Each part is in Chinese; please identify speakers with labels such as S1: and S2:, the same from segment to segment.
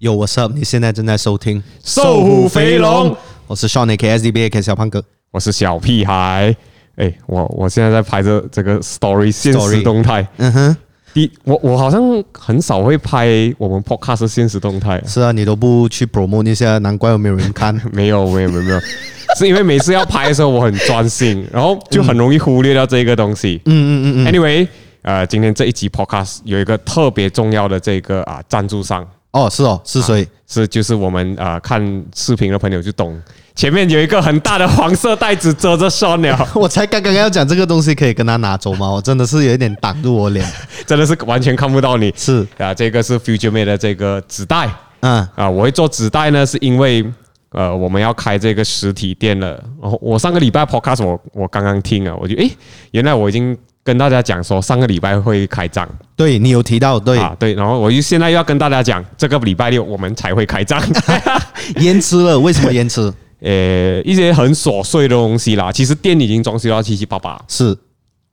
S1: Yo, what's up？你现在正在收听《
S2: 瘦虎肥龙》，
S1: 我是少年 K S D B A K 小胖哥。
S2: 我是小屁孩。哎、我我现在在拍这这个 story 现实动态。
S1: 嗯哼，
S2: 第我我好像很少会拍我们 podcast 的现实动态、
S1: 是啊，你都不去 promote 一下，难怪有没有人看。
S2: 没有没有没有没 有，是因为每次要拍的时候我很专心，然后就很容易忽略掉这个东西。嗯嗯嗯。Anyway，呃，今天这一集 podcast 有一个特别重要的这个啊赞助商。
S1: 哦，是哦，是谁？
S2: 是，就是我们啊、呃看视频的朋友就懂，前面有一个很大的黄色袋子遮着 Sean 了，
S1: 我才刚刚要讲这个东西可以跟他拿走吗？我真的是有一点挡住我 脸。
S2: 真的是完全看不到你。
S1: 是，
S2: 啊，这个是 Future Mate 的这个纸袋
S1: 嗯，
S2: 啊，我会做纸袋呢，是因为呃，我们要开这个实体店了。然后我上个礼拜 Podcast 我我刚刚听啊，我就诶，原来我已经跟大家讲说上个礼拜会开张
S1: 对你有提到，对，
S2: 啊，对，然后我就现在又要跟大家讲，这个礼拜六我们才会开张。
S1: 延迟了，为什么延迟？
S2: 呃，一些很琐碎的东西啦，其实店已经装修到七七八八，
S1: 是，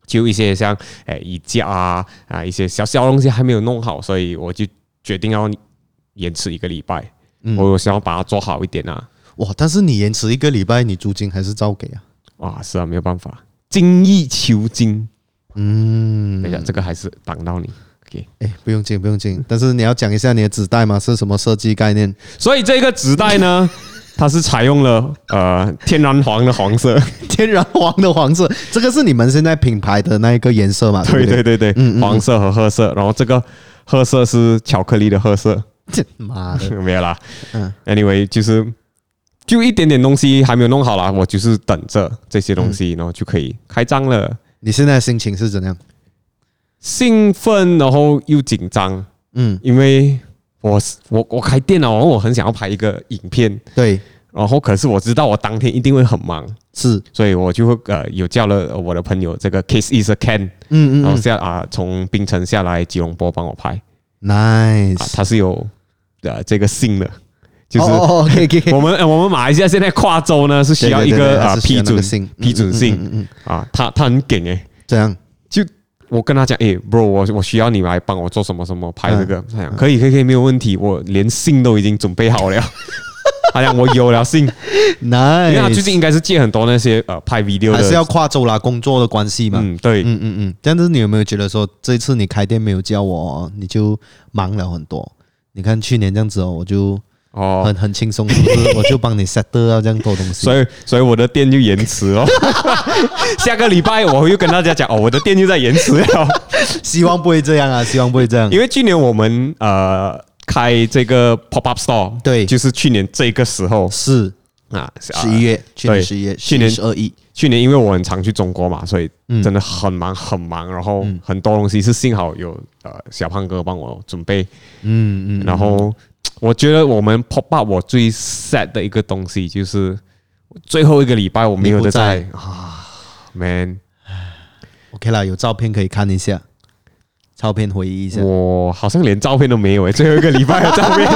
S2: 就一些像诶衣架啊啊一些小小的东西还没有弄好，所以我就决定要延迟一个礼拜。我想要把它做好一点啊。
S1: 哇！但是你延迟一个礼拜，你租金还是照给啊？
S2: 哇，是啊，没有办法，精益求精。嗯，等一下，这个还是挡到你。OK，
S1: 哎，不用紧，不用紧。但是你要讲一下你的纸袋吗？是什么设计概念？
S2: 所以这个纸袋呢， 它是采用了呃天然黄的黄色。
S1: 天然黄的黄色，这个是你们现在品牌的那一个颜色嘛？ 不
S2: 对对对嗯对，黄色和褐色，然后这个褐色是巧克力的褐色，
S1: 对， 妈的，
S2: 没有啦。
S1: 嗯
S2: 嗯，anyway 就是就一点点东西还没有弄好啦，我就是等着这些东
S1: 嗯
S2: 西，然后就可以开张了。
S1: 你现在的心情是怎样？
S2: 兴奋，然后又紧张，
S1: 嗯，
S2: 因为我是我我开店了，然后我很想要拍一个影片，
S1: 对，
S2: 然后可是我知道我当天一定会很忙，
S1: 是，
S2: 所以我就会呃有叫了我的朋友这个 Kiss is a Can，
S1: 嗯嗯
S2: 然后下啊、从槟城下来吉隆坡帮我拍啊，
S1: 嗯，nice，
S2: 他是有呃这个信的，就是。
S1: 哦，OK OK，
S2: 我们呃我们马来西亚现在跨州呢是需要一
S1: 对对对
S2: 个啊
S1: 是需要
S2: 批
S1: 那个
S2: 准
S1: 信
S2: 批准
S1: 嗯嗯嗯
S2: 信啊，他他很梗诶，
S1: 这样，
S2: 就我跟他讲，哎、b r o 我我需要你来帮我做什么什么拍这
S1: 嗯
S2: 个，他讲可以可以可以没有问题，我连信都已经准备好了。 他讲我有了 信，因为他最
S1: nice，
S2: 近应该是借很多那些呃拍 video
S1: 哎还
S2: 的，
S1: 是要跨州啦，工作的关系嘛。嗯
S2: 嗯对，
S1: 嗯嗯但是你有没有觉得说，这次你开店没有叫我，你就忙了很多？你看去年这样子哦，我就
S2: 哦
S1: 很，很轻松，是不是？我就 帮你 set 啊，这样多东西。
S2: 所以所以我的店就延迟哦， 下个礼拜我又跟大家讲哦，我的店就在延迟了，
S1: 希望不会这样啊，希望不会这样。
S2: 因为去年我们呃开这个 pop up store，
S1: 对
S2: 就是去年这个时候
S1: 是
S2: 啊，是啊
S1: 十一月，去年
S2: 对
S1: 十一月，
S2: 去年
S1: 十二亿，
S2: 去年因为我很常去中国嘛，所以
S1: 嗯
S2: 真的很忙很忙，然后很多东西是幸好有呃小胖哥帮我准备，
S1: 嗯嗯，
S2: 然后我觉得我们 pop up 我最 sad 的一个东西就是最后一个礼拜我没有
S1: 你不
S2: 的
S1: 在
S2: 在啊，man，
S1: OK 啦，有照片可以看一下，照片回忆一下。
S2: 我好像连照片都没有诶，欸最后一个礼拜的照 片，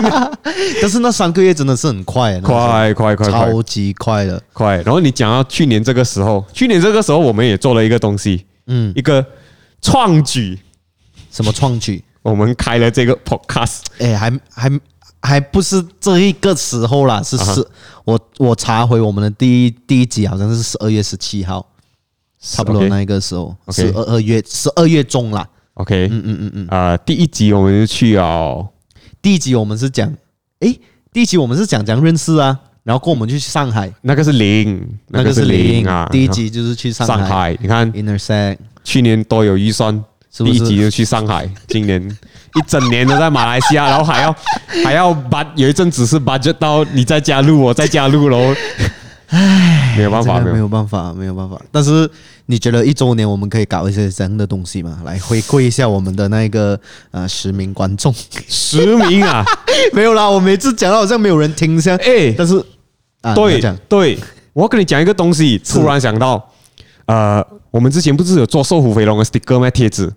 S1: 但是那三个月真的是很快啊，那个时候
S2: 快快快快
S1: 超级快了。
S2: 快！然后你讲到去年这个时候，去年这个时候我们也做了一个东西，
S1: 嗯，
S2: 一个创举，
S1: 什么创举？
S2: 我们开了这个 podcast。
S1: 哎，还还还不是这一个时候啦，
S2: 啊
S1: 是是，我我查回我们的第一第一集好像是十二月十七号，差不多
S2: OK
S1: 那一个时候，
S2: OK
S1: 十二月十二月中啦。
S2: OK，嗯嗯嗯嗯，啊，第一集我们就去哦，
S1: 第一集我们是讲，诶，第一集我们是讲讲认识啊，然后过后我们就去上海，
S2: 那个是零，
S1: 那个是
S2: 零
S1: 零
S2: 啊，
S1: 第一集就是去上
S2: 上
S1: 海
S2: 海，你看
S1: Intersect，
S2: 去年多有预算，
S1: 是
S2: 第
S1: 不
S2: 一
S1: 是
S2: 集就去上海，今年一整年都在马来西亚，然后还要 还要把有一阵子是 budget 到你再加入我再加入喽，唉，没有办
S1: 这
S2: 法，
S1: 个
S2: 没
S1: 没
S2: 有，
S1: 有办法，没有办法。但是你觉得一周年我们可以搞一些这样的东西吗？来回馈一下我们的那个呃十名观众。
S2: 十名啊，
S1: 没有啦，我每次讲到好像没有人听像，
S2: 哎
S1: 但是啊，你要
S2: 对
S1: 讲
S2: 对，我要跟你讲一个东西，突然想到，呃，我们之前不是有做瘦虎肥龙的 sticker 吗？贴纸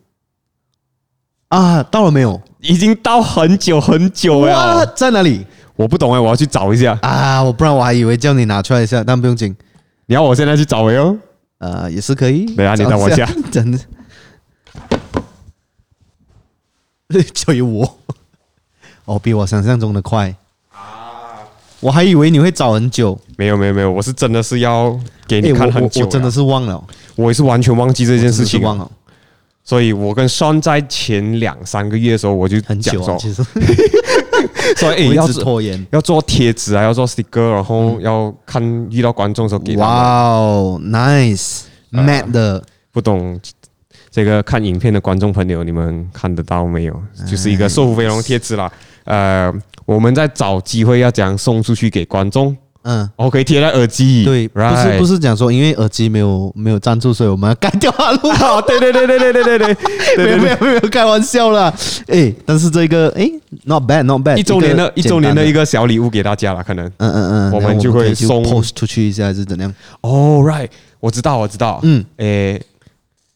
S1: 啊，到了没有？
S2: 已经到很久很久
S1: 哇，
S2: 了，
S1: 在哪里
S2: 我不懂哎、我要去找一下。
S1: 啊？我不然我还以为叫你拿出来一下，但不用紧，
S2: 你要我现在去找哎哟？
S1: 呃，也是可以。
S2: 等一下啊你等我一下，
S1: 真的。就有我， 哦，比我想象中的快
S2: 啊
S1: 我还以为你会找很久，
S2: 没有没有没有，我是真的是要给
S1: 诶
S2: 你
S1: 我
S2: 看很
S1: 我
S2: 久
S1: 哎我真的
S2: 了
S1: 是忘了
S2: 我也是完全忘记这件
S1: 真
S2: 事
S1: 的
S2: 情啊
S1: 是，忘了
S2: 所以我跟 Sean 在前两三个月的时候，我就
S1: 很
S2: 讲
S1: 久、啊，
S2: 说，
S1: 其实
S2: 所
S1: 我
S2: 以、诶
S1: 一
S2: 要
S1: 直
S2: 做
S1: 拖嗯延。
S2: 要做贴纸啊，要做 sticker，然后要看遇到观众的时候给他们。啊
S1: 哇哦，nice，mad 的，
S2: 不懂这个看影片的观众朋友，你们看得到没有？
S1: 哎
S2: 就是一个瘦虎飞龙贴纸啦。呃，我们在找机会要怎样送出去给观众，
S1: 嗯，
S2: 我可以贴在耳机。
S1: 对，不是不
S2: 是。
S1: 是讲说因为耳机没有没有赞助，所以我们要 干掉它录。
S2: 好，哦对对对对对对对 对对
S1: 没有
S2: 对
S1: 没有没有开玩笑啦，哎，但是这个哎，not bad not bad，
S2: 一周年的
S1: 个
S2: 一周年
S1: 简单
S2: 的
S1: 的
S2: 一个小礼物给大家了，可能。
S1: 嗯嗯嗯，
S2: 我们
S1: 然后
S2: 就
S1: 可以
S2: 会
S1: 去
S2: 送
S1: post 出去一下还是怎样？
S2: 哦，right，我知道我知道，
S1: 嗯
S2: 嗯，诶，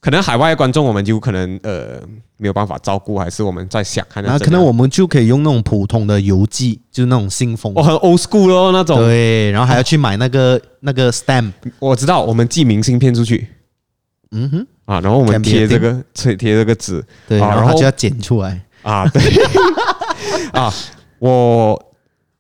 S2: 可能海外的观众我们就可能呃没有办法照顾，还是我们在想看
S1: 然
S2: 那
S1: 后可能我们就可以用那种普通的邮寄，就是那种信封
S2: 我，很 old school 咯那种，
S1: 对，然后还要去买那个那个 stamp，
S2: 我知道我们寄明信片出去
S1: 嗯哼，
S2: 啊，然后我
S1: Can
S2: 们
S1: be
S2: 贴
S1: a
S2: 这个贴贴这个纸，
S1: 对，
S2: 啊
S1: 然
S2: 然
S1: 后他
S2: 后
S1: 就要剪出来，
S2: 啊，对 啊，我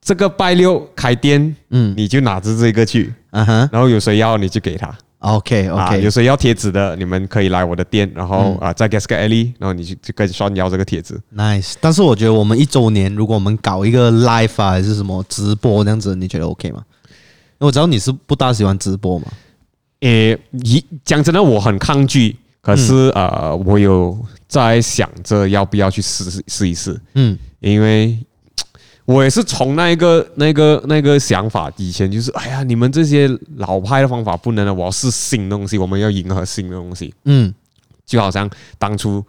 S2: 这个拜六开店，
S1: 嗯
S2: 你就拿着这个去，
S1: 啊哈
S2: 然后有谁要你就给他。
S1: ，OK
S2: 啊，
S1: OK，嗯
S2: 有谁要贴纸的，你们可以来我的店，然后、啊，在 Gasca Alley，然后你去就跟双要这个贴纸。
S1: Nice，但是我觉得我们一周年，如果我们搞一个 live 啊，还是什么直播这样子，你觉得 OK 吗？因为我知道你是不大喜欢直播嘛，
S2: 诶，一讲真的，我很抗拒，可是、呃，我有在想着要不要去试试试一试，
S1: 嗯，
S2: 因为我也是从那一个那个那个想法，以前就是哎呀，你们这些老派的方法不能啊了，我要试新的东西，我们要迎合新的东西，
S1: 嗯
S2: 就好像当初。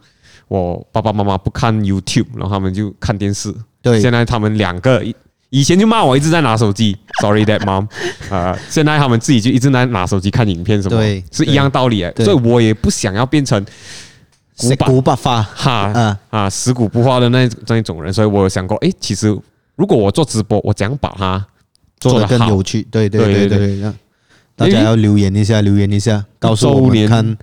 S2: 我爸爸妈妈不看 YouTube，然后他们就看电视。
S1: 对
S2: 现在他们两个以以前就骂我一直在拿手机，Sorry that mom。呃，现在他们自己就一直在拿手机看影片，什么
S1: 对
S2: 是一样道理哎。
S1: 对
S2: 所以我也不想要变成古
S1: 是
S2: 板
S1: 古巴发，
S2: 哈、
S1: 嗯
S2: 啊死骨不化的那那一种人，所以我有想过，诶，其实如果我做直播，我怎样把它
S1: 做
S2: 得
S1: 的更
S2: 好
S1: 有趣，对对
S2: 对
S1: 对
S2: 对
S1: 对
S2: 对
S1: 对，让大家要留言一下，留言一下，告诉我
S2: 周
S1: 们
S2: 年
S1: 看，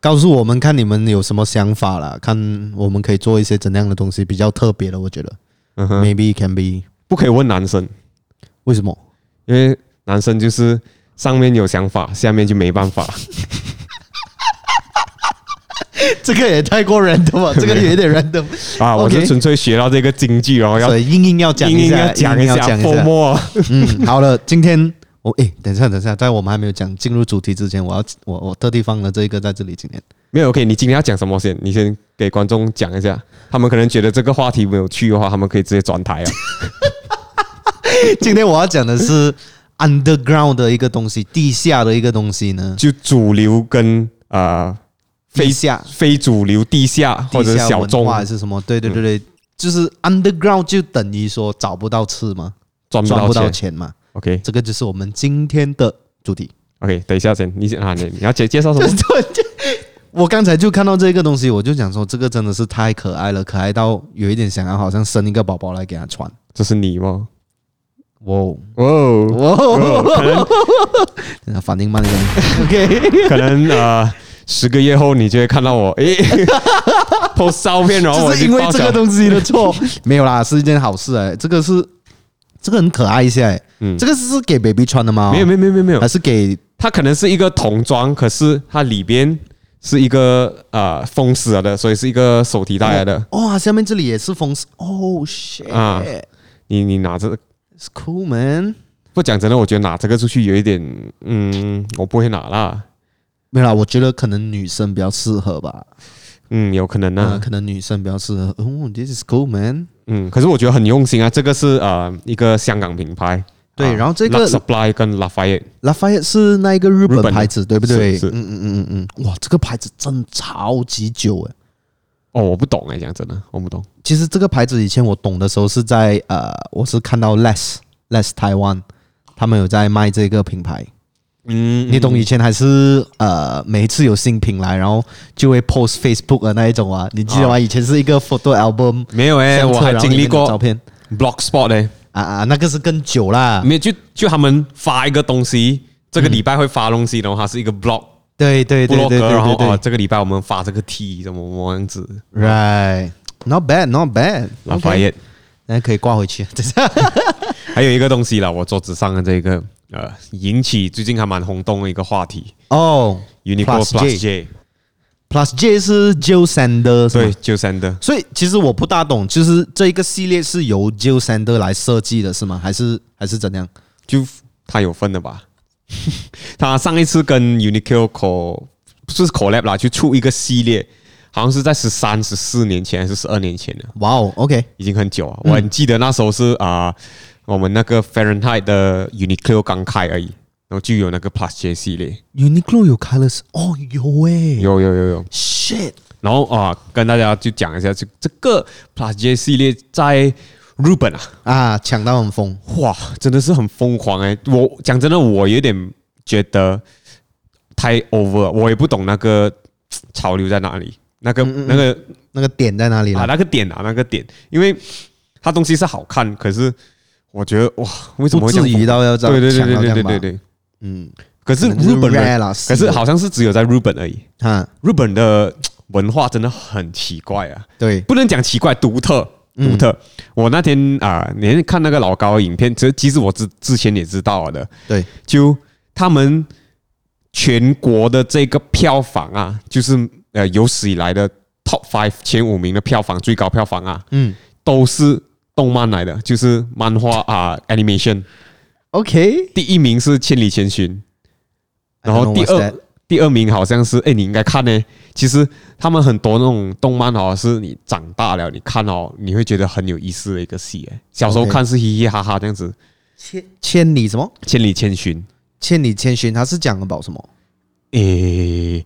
S1: 告诉我们看你们有什么想法啦，看我们可以做一些怎样的东西比较特别的，我觉得、
S2: 嗯
S1: m a
S2: 哼，
S1: y b e can be，
S2: 不可以问男生，
S1: 为什么？
S2: 因为男生就是上面有想法，下面就没办法。
S1: 这个也太过人的吧，这个有点人的。
S2: 啊，我
S1: OK
S2: 是纯粹学到这个京剧，然后要
S1: 所以硬硬要讲
S2: 硬
S1: 一
S2: 硬
S1: 下，
S2: 要讲
S1: 硬
S2: 一
S1: 硬要
S2: 下
S1: 讲一
S2: 泼
S1: 下。
S2: 墨。
S1: 嗯，好了，今天我诶，等一下，等一下，在我们还没有讲进入主题之前，我要我我特地放了这一个在这里。今天
S2: 没有，OK，你今天要讲什么先？你先给观众讲一下，他们可能觉得这个话题没有趣的话，他们可以直接转台啊。
S1: 今天我要讲的是 underground 的一个东西，地下的一个东西呢，
S2: 就主流跟呃非
S1: 地下
S2: 非主流、地下或者
S1: 地下
S2: 小
S1: 文
S2: 众嗯
S1: 化还是什么？对对对对，就是 underground 就等于说找不到吃嘛，
S2: 赚
S1: 赚
S2: 不
S1: 不
S2: 到
S1: 到
S2: 钱。
S1: 钱嘛，
S2: OK
S1: 这个就是我们今天的主题。
S2: OK，等一下先，你先啊，你你要介介绍 什么？
S1: 我刚才就看到这个东西，我就想说，这个真的是太可爱了，可爱到有一点想要好像生一个宝宝来给他穿。
S2: 这是你吗？
S1: 哇哦
S2: 哇哦，
S1: 哇哦！
S2: 可能
S1: 等一下反应慢一点。OK，
S2: 可能呃十个月后你就会看到我 诶，post 照片，然后
S1: 就
S2: 我
S1: 是
S2: 就
S1: 因为
S2: 爆
S1: 这
S2: 笑
S1: 个东西的错， 没有啦，是一件好事哎、这个是这个很可爱一些、欸，
S2: 嗯
S1: 这个是给 baby 穿的吗？
S2: 没有没有没有没有没有
S1: 还，是给
S2: 它可能是一个童装，可是它里边是一个呃封死了的，所以是一个手提袋来的。
S1: 哇、哦下面这里也是风扇，Oh shit，cool、
S2: 啊你你拿着，
S1: It's cool, man。
S2: 不讲真的，我觉得拿这个出去有一点，嗯，我不会拿啦。
S1: 没有啦，我觉得可能女生比较适合吧，
S2: 嗯，有可能
S1: 啊、
S2: 啊，
S1: 可能女生比较适合。哦、t h i s is cool, man。
S2: 嗯，可是我觉得很用心啊，这个是呃一个香港品牌，
S1: 对
S2: 啊
S1: 然后这个
S2: Lux Supply 跟 Lafayette，
S1: Lafayette 是那一个日本
S2: 日本的
S1: 牌子，对不对？
S2: 是是
S1: 嗯嗯嗯嗯嗯，哇，这个牌子真超级久欸诶。
S2: 哦，我不懂哎、讲真的，我不懂。
S1: 其实这个牌子以前我懂的时候是在呃，我是看到 Less Less 台湾他们有在卖这个品牌，
S2: 嗯，
S1: 你懂以前还是呃，每一次有新品来，然后就会 post Facebook 的那一种啊，你记得吗？以前是一个 photo album，
S2: 没有诶，
S1: 相册
S2: 哦哎我还
S1: 然后
S2: 经
S1: 里
S2: 历
S1: 面的
S2: 过
S1: 照片
S2: Blogspot 欸诶，
S1: 啊啊，那个是更久啦。
S2: 没有就就他们发一个东西，这个礼拜会发东西，然后它是一个 blog
S1: 对对
S2: 部
S1: 对
S2: 落
S1: 对
S2: 格，然后
S1: 对对
S2: 哦，
S1: 对
S2: 这个礼拜我们发这个 T 怎么怎么样子，
S1: ，right，not bad，not bad，
S2: 拉法叶。
S1: 那可以挂回去。 这是
S2: 还有一个东西啦，我桌子上的这个呃，引起最近还蛮轰动的一个话题
S1: 哦
S2: ，Uniqlo
S1: Plus
S2: Plus
S1: J
S2: J，
S1: Plus J 是 Jill Sander，是吗
S2: 对，就三的，
S1: 所以其实我不大懂，就是这一个系列是由 Jill Sander 来设计的，是吗？还是还是怎样？
S2: 就他有份的吧？ 他上一次跟 Uniqlo co 不是 collab 啦，就出一个系列，好像是在十三、十四年前还是十二年前的，
S1: 哇哦，OK，
S2: 已经很久啊。
S1: 嗯
S2: 我很记得那时候是啊、我们那个 Fahrenheit 的 Uniqlo 刚开而已，然后就有那个 Plus J 系列，
S1: Uniqlo 有 colors 哦，有诶、
S2: 有有有有。
S1: shit，
S2: 然后啊、跟大家就讲一下，就这个 Plus J 系列在日本啊，
S1: 啊，抢到很疯，
S2: 哇，真的是很疯狂哎、我讲真的，我有点觉得太 over，了我也不懂那个嘖潮流在哪里，那个那个
S1: 那个嗯点在哪里
S2: 啊
S1: 了？
S2: 那个点啊那个点，因为它东西是好看，可是我觉得哇，为什么
S1: 不
S2: 会这样
S1: 至于
S2: 疯？
S1: 到要这
S2: 对
S1: 样
S2: 对对
S1: 抢
S2: 对
S1: 到这
S2: 对
S1: 样
S2: 对
S1: 吧
S2: 对对，
S1: 嗯，
S2: 可是
S1: 可能是
S2: 日本
S1: rare
S2: 人
S1: 啦，
S2: 可
S1: 是
S2: 是好像是只有在日本而已，
S1: 哈，
S2: 日本的嘖文化真的很奇怪啊。
S1: 对，
S2: 不能讲奇怪，独特，独特。我那天啊、你看那个老高的影片，其实其实我之之前也知道了的，
S1: 对，
S2: 就他们全国的这个票房啊，就是呃有史以来的 top five 前五名的票房，最高票房啊，
S1: 嗯
S2: 都是动漫来的，就是漫画啊、animation。
S1: ，OK，
S2: 第一名是《千里千寻》，然后第
S1: I don't know what's
S2: 二
S1: that
S2: 第二名好像是，哎，你应该看呢。其实他们很多那种动漫哦，是你长大了你看哦，你会觉得很有意思的一个戏。哎，小时候
S1: OK
S2: 看是嘻嘻哈哈这样子，
S1: 千千里什么？
S2: 《千里千寻》。
S1: 千里千寻，它是讲 about 什么？
S2: 诶，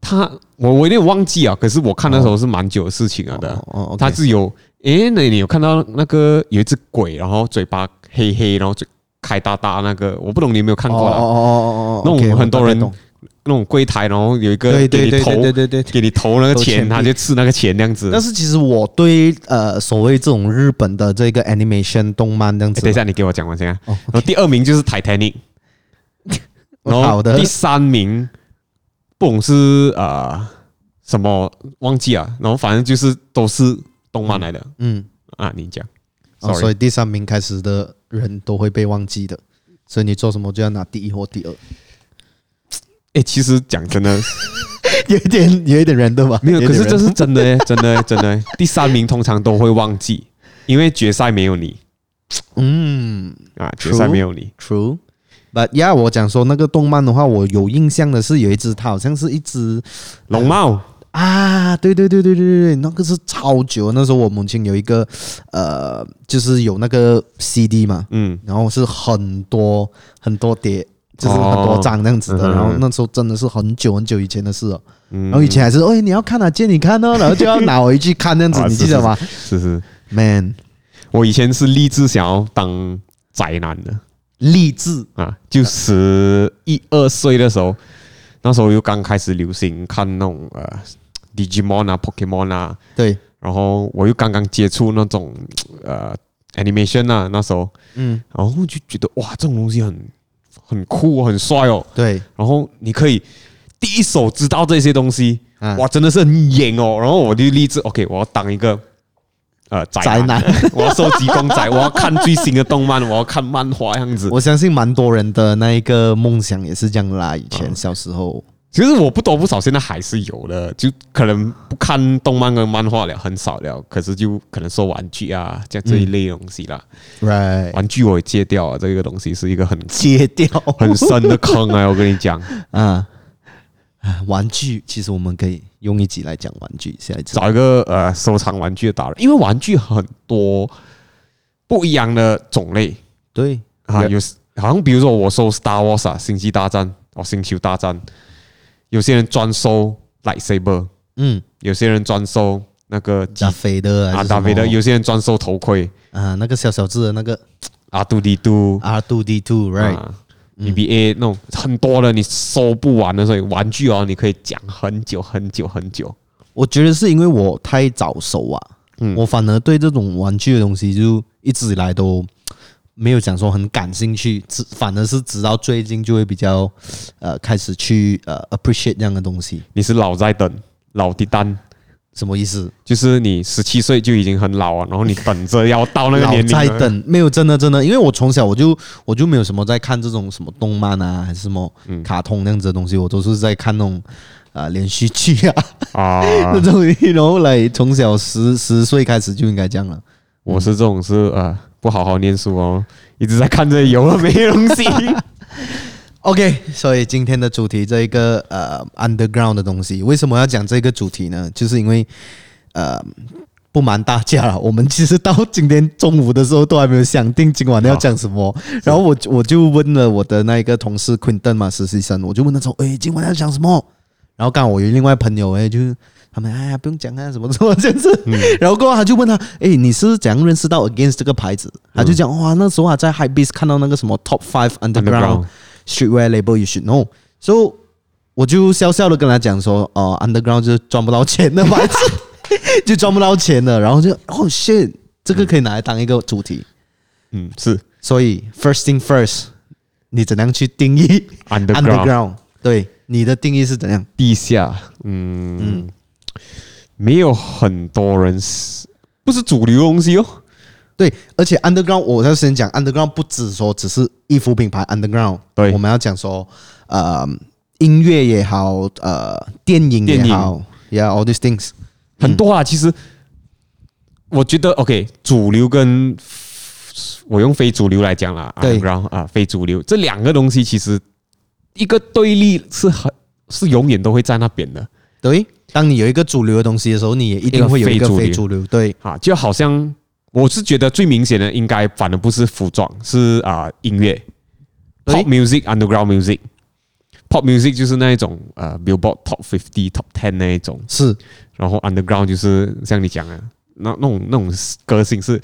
S2: 他我我有点忘记啊，可是我看那时候是蛮久的事情了的。
S1: 哦哦，
S2: 啊他是有，诶，那你有看到那个有一只鬼，然后嘴巴黑黑，然后嘴开大大那个，我不懂你有没有看
S1: 看哦哦
S2: 过啦？
S1: 哦哦哦，
S2: 那我们
S1: OK，
S2: 很多
S1: 大概
S2: 人
S1: 懂
S2: 那种柜台，然后有一个
S1: 对
S2: 给
S1: 对
S2: 你
S1: 对
S2: 投
S1: 对对对对，
S2: 给你投那个
S1: 投钱
S2: 钱，
S1: 币
S2: 他就吃那个钱这样子。
S1: 但是其实我对呃所谓这种日本的这个 animation 动漫这样
S2: 诶
S1: 子，
S2: 等一下，你给我讲完先啊。
S1: 哦
S2: 然后第二名就是《Titanic》，然
S1: 好
S2: 后
S1: 的
S2: 第三名不懂是呃什么忘记啊，然后反正就是都是动漫来的
S1: 嗯，
S2: 啊。你讲
S1: 哦所
S2: ，sorry，
S1: 以第三名开始的人都会被忘记的，所以你做什么就要拿第一或第二，
S2: 诶，哎其实讲真的
S1: 有一点有一点人对吧？
S2: 没有，
S1: 一
S2: 可
S1: 点
S2: 是这
S1: random
S2: 是真的耶，真的耶真的耶。第三名通常都会忘记，因为决赛没有你
S1: 嗯
S2: 啊，决赛
S1: True
S2: 没有你。
S1: ，true。But yeah，我讲说那个动漫的话，我有印象的是有一只，它好像是一只
S2: 龙猫
S1: 啊，对对对对对对，那个是超久。那时候我母亲有一个呃，就是有那个 CD 嘛，
S2: 嗯，
S1: 然后是很多很多碟，就是很多张那样子的。
S2: 哦嗯
S1: 然后那时候真的是很久很久以前的事了。哦然后以前还是，哎，你要看啊，借你看哦，然后就要拿回去看那样子
S2: 啊，
S1: 你
S2: 是
S1: 记得吗
S2: 是是，
S1: ？Man，
S2: 我以前是立志想要当宅男的。
S1: 励志
S2: 啊，就十一二岁的时候，那时候又刚开始流行看那种呃 Digimon 啊、Pokemon 啊，
S1: 对，
S2: 然后我又刚刚接触那种呃 animation 啊，那时候，
S1: 嗯，
S2: 然后就觉得哇，这种东西很很酷、哦，很帅哦，
S1: 对，
S2: 然后你可以第一手知道这些东西，
S1: 啊
S2: 哇，真的是很瘾哦，然后我就立志，OK，我要当一个。呃，宅
S1: 宅
S2: 男，
S1: 男，
S2: 我要收集公仔，我要看最新的动漫，我要看漫画，这样子。
S1: 我相信蛮多人的那一个梦想也是这样啦。以
S2: 嗯
S1: 前小时候，
S2: 其实我不多不少，现在还是有的，就可能不看动漫跟漫画了，很少了。可是就可能说玩具啊，这样这一类的东西啦。
S1: 嗯 right，
S2: 玩具我也戒掉了，啊这个东西是一个很
S1: 戒掉
S2: 很深的坑啊！我跟你 讲，
S1: 啊。啊玩具，其实我们可以用一集来讲玩具，下一次
S2: 找一个呃收藏玩具的达人，因为玩具很多不一样的种类
S1: 对
S2: 啊，
S1: 对
S2: 有好像比如说我收 Star Wars 啊，星际大战哦，星球大战，有些人专收 lightsaber，
S1: 嗯，
S2: 有些人专收那个机
S1: 达菲的还
S2: 啊，
S1: 是
S2: 达菲的，
S1: 什么
S2: 有些人专收头盔，
S1: 啊，那个小小只的那个
S2: 阿杜迪杜
S1: ，R two D two right，
S2: 啊， EVA 那种很多的，你收不完的，所以玩具哦，你可以讲很久很久很久。
S1: 我觉得是因为我太早熟啊，
S2: 嗯
S1: 我反而对这种玩具的东西就一直以来都没有讲说很感兴趣，只反而是直到最近就会比较呃开始去呃 appreciate 这样的东西，
S2: 你是老在等，老的单，
S1: 什么意思？
S2: 就是你十七岁就已经很老啊，然后你等着要到那个
S1: 老
S2: 年龄
S1: 在
S2: 了。
S1: 等，没有真的真的，因为我从小我就我就没有什么在看这种什么动漫啊，还是什么
S2: 嗯
S1: 卡通那样子的东西，我都是在看那种啊、呃连续剧啊
S2: 啊，
S1: 那种东西，然后来从小十十岁开始就应该这样了。
S2: 我是这种是呃不好好念书哦，一直在看这有了没的东 西。
S1: OK，所以今天的主题这一个呃 underground 的东西，为什么要讲这个主题呢？就是因为呃。不瞒大家了，我们其实到今天中午的时候都还没有想定今晚要讲什么。然后我我就问了我的那一个同事 Quinton 嘛，实习生，我就问他说：“诶，今晚要讲什么？”然后刚好我有另外朋友，诶，就是他们哎呀不用讲啊，什么什么这样子。然后过后他就问他：“诶，你是怎样认识到 Against 这个牌子？”他就讲：“哇，那时候啊在 High Beast 看到那个什么 Top Five Underground
S2: Underground
S1: Streetwear Label You Should Know。” So 我就笑笑的跟他讲说：“哦、u n d e r g r o u n d 就是赚不到钱的牌子。”就赚不到钱了，然后就哦 shit，这个可以拿来当一个主题。
S2: 嗯，是
S1: 所以 first thing first，你怎样去定义
S2: underground
S1: 对，你的定义是怎样？
S2: 地下，嗯，没有很多人是不是主流东西哦。
S1: 对，而且 underground 我要先讲 underground 不只说只是衣服品牌 underground，
S2: 对
S1: 我们要讲说呃音乐也好，呃电影
S2: 电
S1: 也
S2: 影
S1: 好，yeah all these things，
S2: 很多啊，其实我觉得 OK，主流跟我用非主流来讲啦，
S1: 对
S2: 然后啊，非主流这两个东西其实一个对立是很是永远都会在那边的
S1: 对。当你有一个主流的东西的时候，你也一
S2: 一
S1: 定
S2: 个
S1: 会有一个
S2: 非主流
S1: 非主流，对，
S2: 啊，就好像我是觉得最明显的应该反而不是服装，是啊、音乐
S1: 对
S2: ，pop music、underground music。Pop music 就是那一种呃，Billboard Top 50、Top 10那一种，
S1: 是
S2: 然后 underground 就是像你讲的，那那种那种歌星是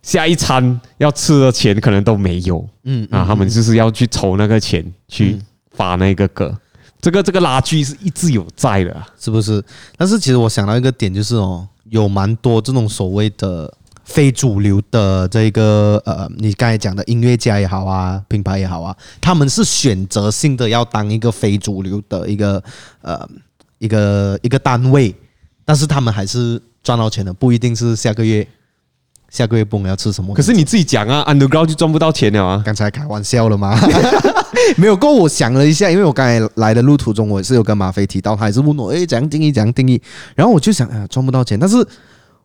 S2: 下一餐要吃的钱可能都没有，
S1: 嗯
S2: 嗯啊，他们就是要去筹那个钱去发那个歌，这个这个拉锯是一直有在的啊，
S1: 是不是？但是其实我想到一个点，就是哦，有蛮多这种所谓的非主流的这个呃，你刚才讲的音乐家也好啊，品牌也好啊，他们是选择性的要当一个非主流的一个呃一个一个单位，但是他们还是赚到钱的，不一定是下个月下个月不懂要吃什么。
S2: 可是你自己讲啊，underground 就赚不到钱了啊，
S1: 刚才开玩笑了吗？ 没有，过后我想了一下，因为我刚才来的路途中，我也是有跟马飞提到，他也是问我，哎，怎样定义，怎样定义？然后我就想，啊，赚不到钱，但是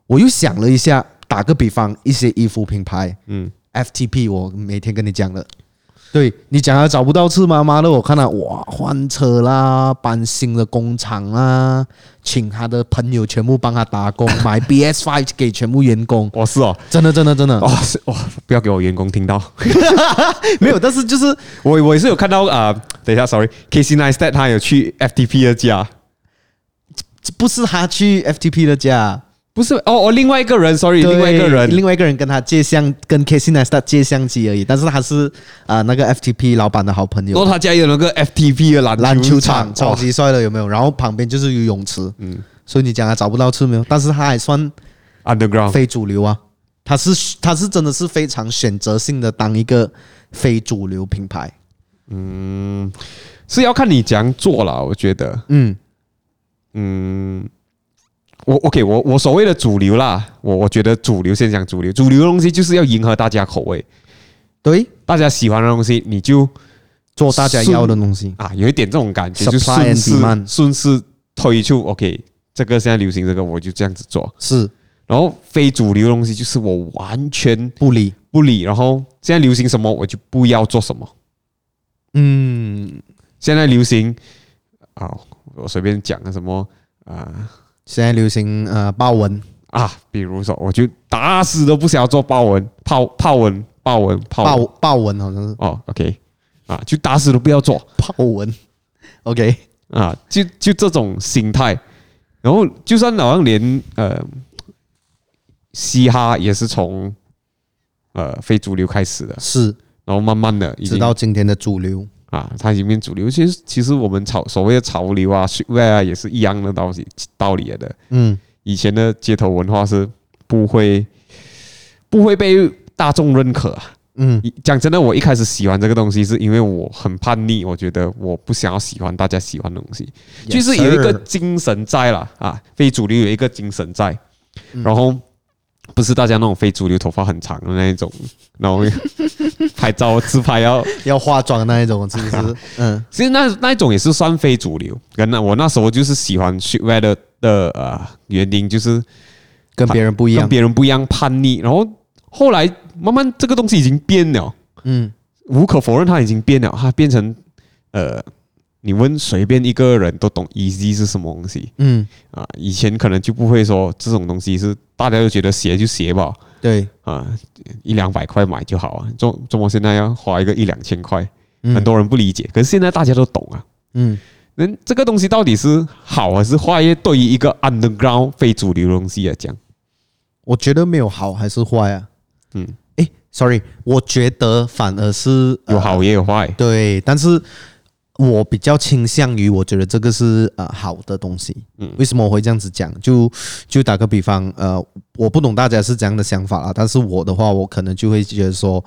S1: 我又想了一下，打个比方，一些衣服品牌，嗯，FTP，我每天跟你讲的，对你讲啊，找不到次妈妈的，我看到哇，换车啦，搬新的工厂啦，请他的朋友全部帮他打工，买 BS Five 给全部员工，
S2: 我是哦，
S1: 真的，真的，真的
S2: 哦，是哦，不要给我员工听到，
S1: 没有，但是就是。
S2: 我我也是有看到啊、等一下，sorry，Casey Neistat 他有去 FTP 的家。
S1: 这不是他去 FTP 的家，
S2: 不是哦哦，另外一个人，sorry，
S1: 对
S2: 另外一个人，
S1: 另外一个人跟他借相，跟 Casey Neistat 借相机而已。但是他是啊、呃那个 FTP 老板的好朋
S2: 然后
S1: 友，
S2: 他家有那个 FTP 的篮
S1: 篮球
S2: 场哦
S1: 场，超
S2: 哇
S1: 级帅的，有没有？然后旁边就是游泳池，嗯，所以你讲他找不到吃没有？但是他还算
S2: underground
S1: 非主流啊，他是他是真的是非常选择性的当一个非主流品牌，
S2: 嗯是要看你怎样做啦，我觉得，嗯
S1: 嗯，
S2: 我 OK，我我所谓的主流啦，我我觉得主流先讲主流，主流的东西就是要迎合大家口味，
S1: 对，
S2: 大家喜欢的东西，你就
S1: 做大家
S2: 顺
S1: 要的东西，
S2: 啊有一点这种感觉，就
S1: Supply and
S2: 顺势
S1: demand
S2: 顺势推出 OK，这个现在流行这个，我就这样子做。
S1: 是
S2: 然后非主流的东西就是我完全
S1: 不理，
S2: 不理，然后现在流行什么我就不要做什么。
S1: 嗯，
S2: 现在流行啊，我随便讲个什么啊。
S1: 现在流行呃豹纹，
S2: 啊，比如说，我就打死都不想要做豹纹、豹豹纹、豹纹、豹
S1: 豹
S2: 纹。
S1: 豹纹好像是
S2: 哦，OK，啊，就打死都不要做
S1: 豹纹，OK。
S2: 啊，就就这种心态。然后，就算好像连呃，嘻哈也是从呃非主流开始的，
S1: 是
S2: 然后慢慢的已
S1: 直
S2: 经
S1: 到今天的主流。
S2: 啊，它已经变主流。其实其实我们潮所谓的潮流啊、s h w e a r 啊，也是一样的东西道理来的。
S1: 嗯
S2: 以前的街头文化是不会不会被大众认可啊。
S1: 嗯
S2: 讲真的，我一开始喜欢这个东西，是因为我很叛逆，我觉得我不想要喜欢大家喜欢的东西，
S1: Yes,
S2: 就是有一个
S1: sir
S2: 精神在啦，啊，非主流有一个精神在，
S1: 嗯
S2: 然后不是大家那种非主流头发很长的那一种，然后 拍照自拍要，
S1: 要化妆那一种，是不是？ 嗯
S2: 其实那那一种也是算非主流。跟那我那时候就是喜欢去 w e a 的的呃原因就是
S1: 跟别人不一
S2: 跟
S1: 样。
S2: 别人不一样叛逆，然后后来慢慢这个东西已经变了。
S1: 嗯
S2: 无可否认，它已经变了，它变成呃，你问随便一个人都懂 easy 是什么东西
S1: 嗯，
S2: 啊。以前可能就不会说这种东西是大家都觉得鞋就鞋吧，
S1: 对，
S2: 啊，一两百块买就好啊。中中国现在要花一个一两千块，
S1: 嗯
S2: 很多人不理解，可是现在大家都懂啊。
S1: 嗯
S2: 那这个东西到底是好还是坏？因为对于一个 underground 非主流的东西来讲，
S1: 我觉得没有好还是坏啊。
S2: 嗯，
S1: 诶 s o r r y 我觉得反而是、呃
S2: 有好也有坏。
S1: 对，但是我比较倾向于，我觉得这个是呃好的东西。嗯，为什么我会这样子讲？就就打个比方，呃，我不懂大家是怎样的想法啦，但是我的话，我可能就会觉得说，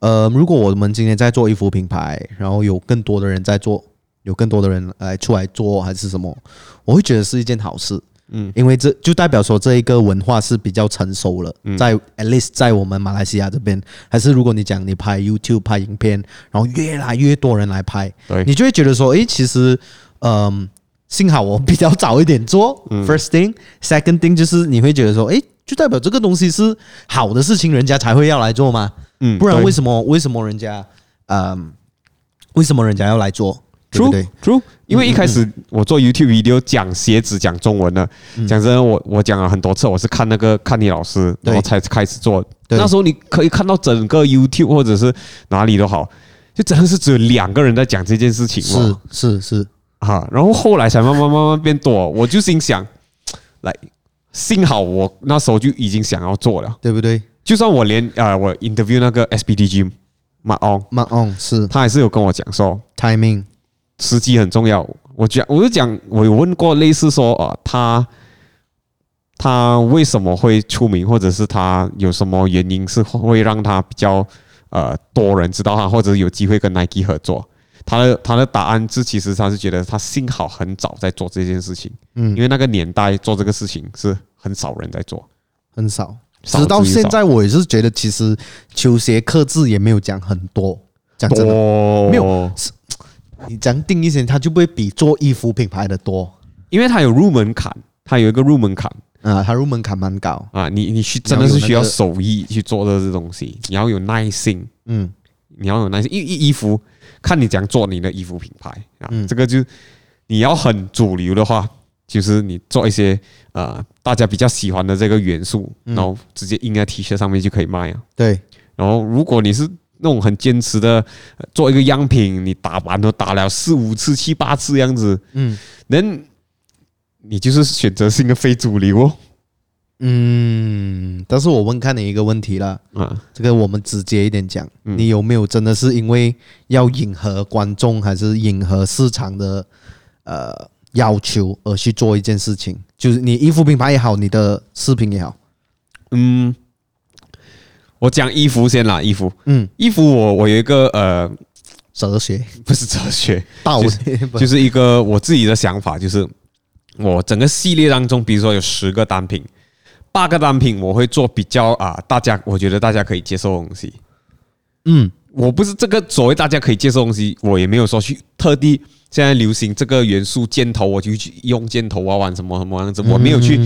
S1: 呃，如果我们今天在做衣服品牌，然后有更多的人在做，有更多的人来出来做还是什么，我会觉得是一件好事。嗯，因为这就代表说这一个文化是比较成熟了，
S2: 嗯
S1: 在 at least 在我们马来西亚这边，还是如果你讲你拍 YouTube 拍影片，然后越来越多人来拍，
S2: 对
S1: 你就会觉得说，诶，其实，嗯、幸好我比较早一点做、f
S2: 嗯
S1: i r s t thing，second thing 就是你会觉得说，诶，就代表这个东西是好的事情，人家才会要来做嘛，
S2: 嗯
S1: 不然
S2: 对
S1: 为什么为什么人家，嗯、为什么人家要来做，对不
S2: True
S1: 对？
S2: True，因为一开
S1: 嗯
S2: 始我做 YouTube video 讲鞋子讲中文的，讲真的，我我讲了很多次，我是看那个看你老师，
S1: 对
S2: 然后才开始做。
S1: 对
S2: 那时候你可以看到整个 YouTube 或者是哪里都好，就真的是只有两个人在讲这件事情
S1: 是是是，
S2: 哈、啊，然后后来才慢慢慢慢变多，我就心想，来，幸好我那时候就已经想要做了，
S1: 对不对
S2: 就算我连呃我 interview 那个 SBDG 马 on，
S1: ？Mark on 嗯是
S2: 他还是有跟我讲说，
S1: timing，
S2: 时机很重要。我讲，我就讲，我有问过类似说啊、呃他他为什么会出名，或者是他有什么原因是会让他比较呃多人知道他，或者有机会跟 Nike 合作。他的他的答案是，其实他是觉得他幸好很早在做这件事情，
S1: 嗯
S2: 因为那个年代做这个事情是很少人在做。
S1: 很少。
S2: 少
S1: 直到
S2: 之又少
S1: 现在，我也是觉得其实球鞋克制也没有讲很多，讲真的，
S2: 多
S1: 没有，你讲定一些，它就不会比做衣服品牌的多
S2: 因为他有入门槛，他有一个入门槛。
S1: 啊，它入门槛蛮高，
S2: 啊，你你需真的是需
S1: 你要有
S2: 要
S1: 那个
S2: 手艺去做这些东西，你要有耐心，
S1: 嗯，
S2: 你要有耐心，因为衣衣服看你怎样做你的衣服品牌啊，这个就你要很主流的话，就是你做一些呃大家比较喜欢的这个元素，然后直接印在 T 恤上面就可以卖啊。
S1: 对，
S2: 然后如果你是那种很坚持的呃做一个样品，你打完都打了四五次、七八次样子，
S1: 嗯
S2: 能你就是选择性的非主流哦
S1: 嗯。但是我问看你一个问题啦，
S2: 啊。
S1: 这个我们直接一点讲，
S2: 嗯
S1: 你有没有真的是因为要迎合观众还是迎合市场的呃要求而去做一件事情？就是你衣服品牌也好，你的饰品也好，
S2: 嗯，我讲衣服先啦，衣服，
S1: 嗯，
S2: 衣服我我有一个呃，
S1: 哲学
S2: 不是哲学，
S1: 道理
S2: 就就是一个我自己的想法，就是我整个系列当中，比如说有十个单品，八个单品我会做比较啊、大家我觉得大家可以接受的东西。
S1: 嗯
S2: 我不是这个所谓大家可以接受的东西，我也没有说去特地现在流行这个元素箭头，我就去用箭头啊玩什么什么样子，我没有去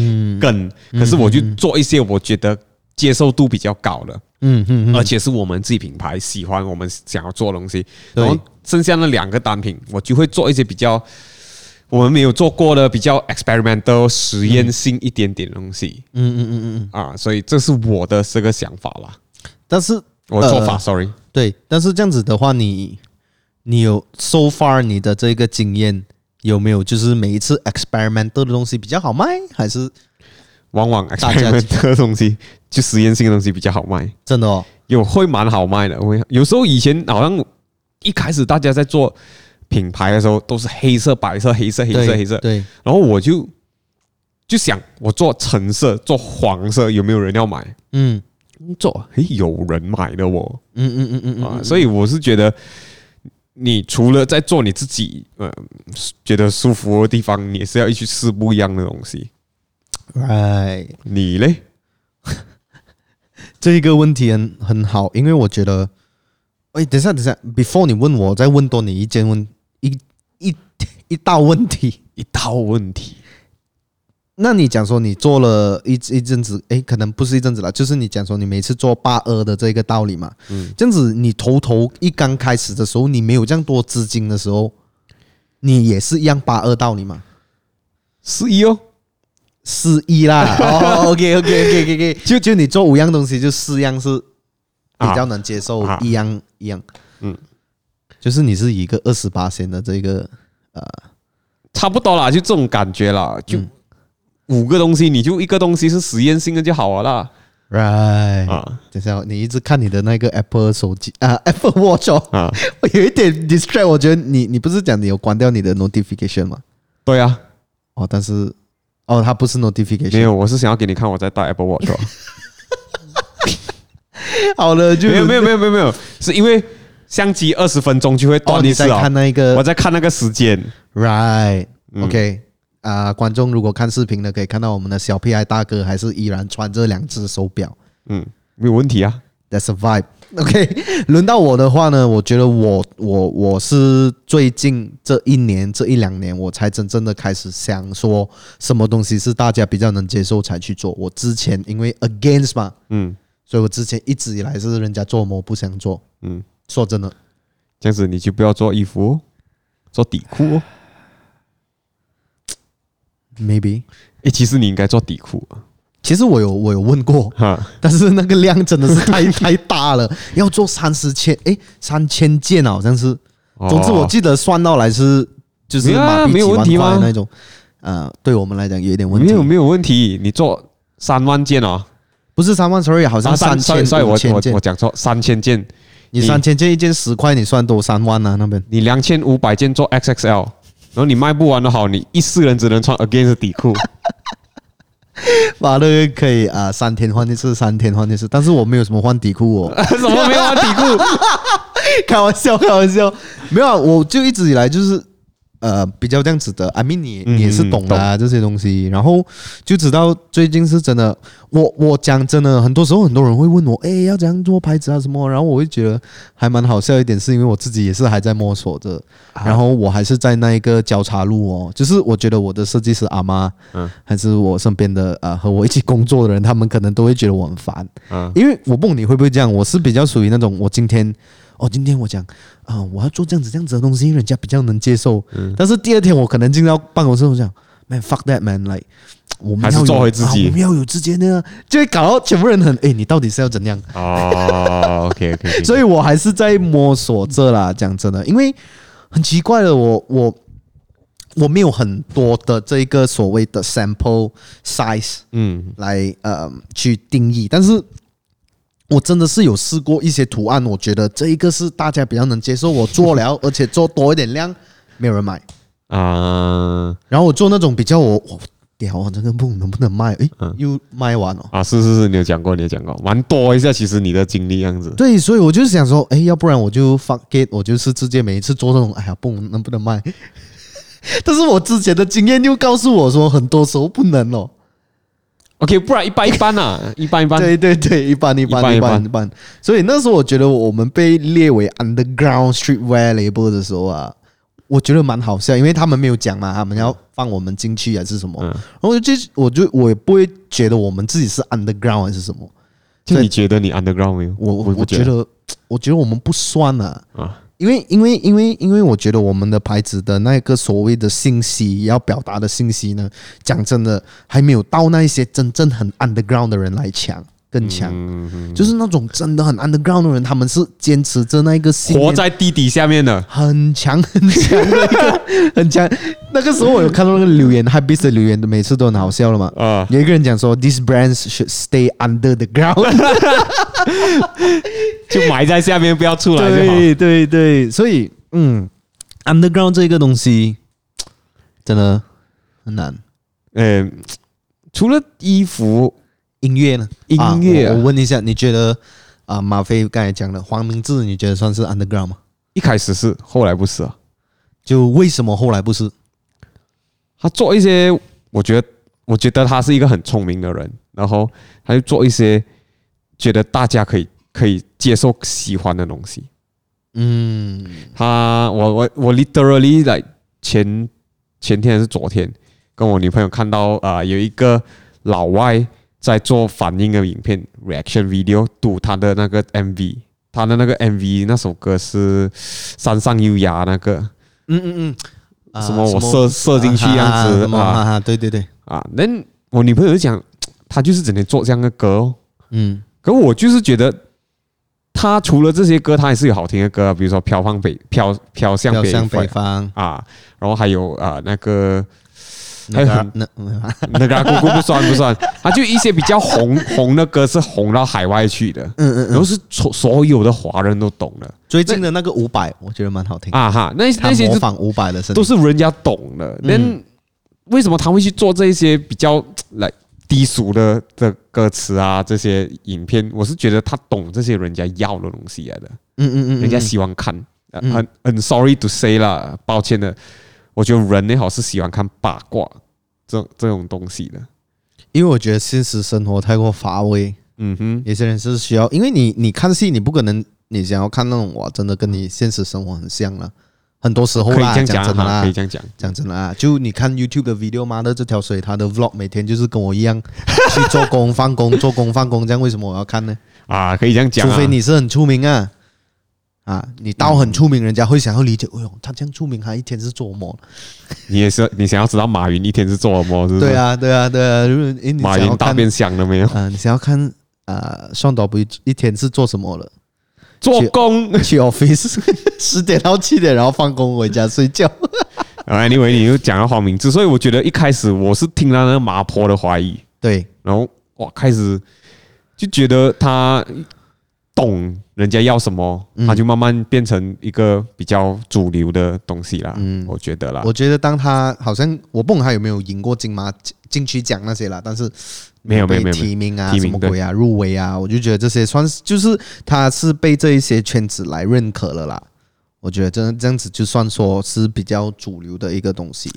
S2: 跟，可是我就做一些我觉得接受度比较高的。
S1: 嗯嗯
S2: 而且是我们自己品牌喜欢我们想要做的东西。
S1: 对
S2: 然后剩下那两个单品，我就会做一些比较我们没有做过的、比较 experimental 实验性一点点的东西
S1: 嗯嗯嗯嗯嗯。
S2: 啊。所以这是我的这个想法啦，
S1: 但是
S2: 我的做法。
S1: 呃
S2: Sorry，
S1: 对，但是这样子的话，你你有 so far 你的这个经验有没有？就是每一次 experimental 的东西比较好卖，还是
S2: 往往
S1: 大家
S2: experimental 的东西，就实验性的东西比较好卖。
S1: 真的哦？
S2: 有会蛮好卖的。我有时候以前好像一开始大家在做品牌的时候，都是黑色、白色、黑色、黑色、
S1: 对
S2: 黑色，
S1: 对，
S2: 然后我就就想，我做橙色、做黄色，有没有人要买？
S1: 嗯
S2: 做，诶，有人买的哦，
S1: 嗯嗯嗯嗯
S2: 啊，
S1: 嗯，
S2: 所以我是觉得，你除了在做你自己，呃，觉得舒服的地方，你也是要去试不一样的东西。
S1: 哎，
S2: 你嘞？
S1: 这一个问题很很好，因为我觉得，哎，等一下等一下，before 你问我，我再问多你一件问一一一道问题。
S2: 一道问题，
S1: 那你讲说你做了一一阵子，哎，可能不是一阵子了，就是你讲说你每次做八二的这个道理嘛，嗯，这样子你头头一刚开始的时候，你没有这样多资金的时候，你也是一样八二道理嘛，
S2: 是一哦，
S1: 四一 啦，哦，OK OK OK OK OK，就就你做五样东西，就四样是比较能接受，
S2: 啊啊
S1: 一样一样，
S2: 嗯，
S1: 就是你是以一个二十八线的这个
S2: 差不多啦，就这种感觉啦，就五个东西，你就一个东西是实验性的就好了啦。
S1: ，right
S2: 啊
S1: 等一下哦，你一直看你的那个 Apple 手机啊，Apple Watch 哦，
S2: 啊，
S1: 我有一点 distract，我觉得你你不是讲你有关掉你的 notification 吗？
S2: 对啊，
S1: 哦，但是哦，它不是
S2: 没
S1: notification，
S2: 有，我是想要给你看我在戴 Apple Watch 哦。
S1: 好了，就
S2: 没有没有没有没有没有，是因为相机二十分钟就会
S1: 哦，
S2: 断一
S1: 你
S2: 次
S1: 在
S2: 啊
S1: 看。那一个
S2: 我在看那个时间，
S1: Right.
S2: 嗯
S1: OK. 啊、观众如果看视频的，可以看到我们的小屁孩大哥还是依然穿这两只手表。
S2: 嗯，没有问题啊。
S1: That's a vibe. OK，轮到我的话呢，我觉得我我我是最近这一年这一两年，我才真正的开始想说什么东西是大家比较能接受才去做。我之前因为 against 嘛，
S2: 嗯
S1: 所以我之前一直以来是人家做么我不想做。
S2: 嗯，
S1: 说真的，
S2: 这样子你就不要做衣服、哦，做底裤哦。
S1: maybe
S2: 诶，其实你应该做底裤啊
S1: 其实我有我有问过，
S2: 哈，
S1: 但是那个量真的是太 太大了，要做三十千，诶，三千件啊，好像是。
S2: 哦
S1: 总之我记得算到来是就是
S2: 没有啊
S1: 马币
S2: 没
S1: 几
S2: 有问
S1: 万
S2: 题
S1: 块的
S2: 吗
S1: 那种，呃，对我们来讲有一点问
S2: 没
S1: 题。
S2: 有没有问题，你做三万件哦，
S1: 不是三万，sorry，好像
S2: 啊三
S1: 千
S2: 所以
S1: 五
S2: 我
S1: 千
S2: 我
S1: 件
S2: 我。讲错，三千件，
S1: 你
S2: 你
S1: 三千件一件十块，你算多三万啊那边。
S2: 你两千五百件做 XXL，然后你卖不完的好，你一世人只能穿 again 的底裤。
S1: 妈的，可以啊、呃三天换一次，三天换一次。但是我没有什么换底裤哦。
S2: 什么没有啊？底裤？
S1: 开玩笑，开玩笑，没有、啊，我就一直以来就是呃比较这样子的。I mean，你
S2: 嗯
S1: 你也是懂的、啊这些东西，然后就知道最近是真的。我我讲真的，很多时候很多人会问我，哎，要怎样做牌子啊什么？然后我会觉得还蛮好笑一点，是因为我自己也是还在摸索着，然
S2: 啊
S1: 后我还是在那一个交叉路哦，就是我觉得我的设计师阿妈，
S2: 嗯
S1: 还是我身边的呃和我一起工作的人，他们可能都会觉得我很烦，
S2: 啊，
S1: 因为我不懂你会不会这样，我是比较属于那种，我今天哦，今天我讲啊、我要做这样子这样子的东西，人家比较能接受。
S2: 嗯
S1: 但是第二天我可能进到办公室，我想，man fuck that man，like 我们
S2: 还是
S1: 要有
S2: 做回自己
S1: 啊我们要有之间的，就会搞到全部人很哎，你到底是要怎样？
S2: 哦，OK OK，
S1: 所
S2: 以
S1: 以我还是在摸索着啦，讲真的，因为很奇怪的，我我我没有很多的这个所谓的 sample size。
S2: 嗯
S1: 来呃去定义，但是我真的是有试过一些图案，我觉得这一个是大家比较能接受，我做了，而且做多一点量，没有人买。
S2: 啊
S1: 然后我做那种比较我我屌啊，这个梦能不能卖？诶，
S2: 嗯
S1: 又卖完哦了。
S2: 啊，是是是，你有讲过，你有讲过，蛮多一下，其实你的经历样子。
S1: 对，所以我就想说，哎诶，要不然我就 fuck it，我就是直接每一次做这种，哎呀，不能不能卖。 但是我之前的经验又告诉我说，很多时候不能哦。
S2: OK，不然一般一般 啊，一般一般。
S1: 对对对，一般一般
S2: 一般
S1: 一
S2: 一
S1: 般
S2: 般
S1: 一般。所以那时候我觉得我们被列为 underground streetwear label 的时候啊，我觉得蛮好笑，因为他们没有讲嘛，他们要放我们进去还是什么，
S2: 嗯
S1: 然后我就我就我也不会觉得我们自己是 underground 还是什么，
S2: 就
S1: 对
S2: 你觉得你 underground 没有？
S1: 我
S2: 我
S1: 我
S2: 不
S1: 觉得我觉得我们不酸啊。
S2: 啊，
S1: 因为因为因为因为我觉得我们的牌子的那个所谓的信息要表达的信息呢，讲真的还没有到那一些真正很 underground 的人来强
S2: 嗯
S1: 更强，就是那种真的很 underground 的人，他们是坚持着那一个信念
S2: 活在地底下面的。
S1: 很强很强的一个很强，那个时候我有看到那个留言 h a b i s 的留言，每次都很好笑了嘛。
S2: 啊
S1: 有一个人讲说，these brands should stay under the ground
S2: 就埋在下面，不要出来就好。
S1: 对对对，所以嗯，underground 这个东西真的很难。
S2: 嗯，除了衣服，
S1: 音乐呢？
S2: 音乐
S1: 啊
S2: 啊
S1: 我我问一下，你觉得啊、马飞刚才讲的黄明志，你觉得算是 underground 吗？
S2: 一开始是，后来不是啊。
S1: 就为什么后来不是？
S2: 他做一些，我觉得，我觉得他是一个很聪明的人，然后他就做一些觉得大家可以可以接受、喜欢的东西。
S1: 嗯
S2: 他，我我我 literally 来前前天还是昨天，跟我女朋友看到啊、呃有一个老外在做反应的影片 reaction video，赌他的那个 MV，他的那个 MV 那首歌是《山上优雅》那个
S1: 嗯嗯嗯，啊
S2: 什么我射射进去这样
S1: 啊
S2: 子
S1: 什么哈
S2: 啊
S1: 哈，对对对，
S2: 啊，那我女朋友就讲，她就是整天做这样的歌、哦，
S1: 嗯
S2: 可我就是觉得。她除了这些歌，她也是有好听的歌啊，比如说《飘放北飘飘向
S1: 要
S2: 北
S1: 向
S2: 方
S1: 北方，
S2: 啊，然后还有啊、呃那个
S1: 那
S2: 还有
S1: 个
S2: 很
S1: 那嗯
S2: 那个啊姑姑不算不算， 他就一些比较红红的歌是红到海外去的，
S1: 嗯
S2: 然后是所所有的华人都懂的
S1: 最近的那个五百，我觉得蛮好听，
S2: 啊哈，那
S1: 嗯他
S2: 那些
S1: 模
S2: 是
S1: 仿五百的声音，
S2: 都是人家懂的，那、
S1: 嗯
S2: 为什么他会去做这一些比较来低俗的的歌词啊？这些影片，我是觉得他懂这些人家要的东西来的，
S1: 嗯嗯嗯，
S2: 人家
S1: 嗯
S2: 喜欢看，呃
S1: 嗯
S2: 很很 sorry to say 啦，抱歉的，我觉得人也好是喜欢看八卦这种这种东西的，
S1: 因为我觉得现实生活太过乏味，
S2: 嗯哼。
S1: 有些人是需要，因为你你看戏，你不可能你想要看那种哇，真的跟你现实生活很像了，很多时候
S2: 可以
S1: 啦，
S2: 这样
S1: 讲
S2: 讲
S1: 真的
S2: 哈，
S1: 啦
S2: 可以，这样讲。
S1: 讲真的啊，就你看 YouTube 的 video 妈的这条水，她的 vlog 每天就是跟我一样去做工、放工、 做工、放工，这样为什么我要看呢？
S2: 啊，可以这样讲、
S1: 除
S2: 啊。
S1: 非你是很出名啊，啊，你到很出名，人家会想要理解，哎呦，他这样出名，他一天是做什么？
S2: 你也是，你想要知道马云一天是做什么，是不是？
S1: 对，啊，对啊，对啊，如果诶，你
S2: 马
S1: 想要
S2: 云大
S1: 看，
S2: 便香了没有？
S1: 啊，你想要看啊，上岛不一天是做什么了？
S2: 做工。
S1: 去 office 十点到七点，然后放工回家睡觉。
S2: 啊 anyway，你又讲到黄明志，所以我觉得一开始我是听到那个麻坡的怀疑，
S1: 对，
S2: 然后哇，开始就觉得他懂人家要什么，他就慢慢变成一个比较主流的东西啦。嗯，我觉得啦。
S1: 我觉得当他好像我不懂他有没有赢过金马金金曲奖那些啦，但是
S2: 没有没有
S1: 被
S2: 没有
S1: 提名啊
S2: 提名
S1: 什么鬼啊入围啊，我就觉得这些算是就是他是被这一些圈子来认可了啦。我觉得真的这样子就算说是比较主流的一个东西。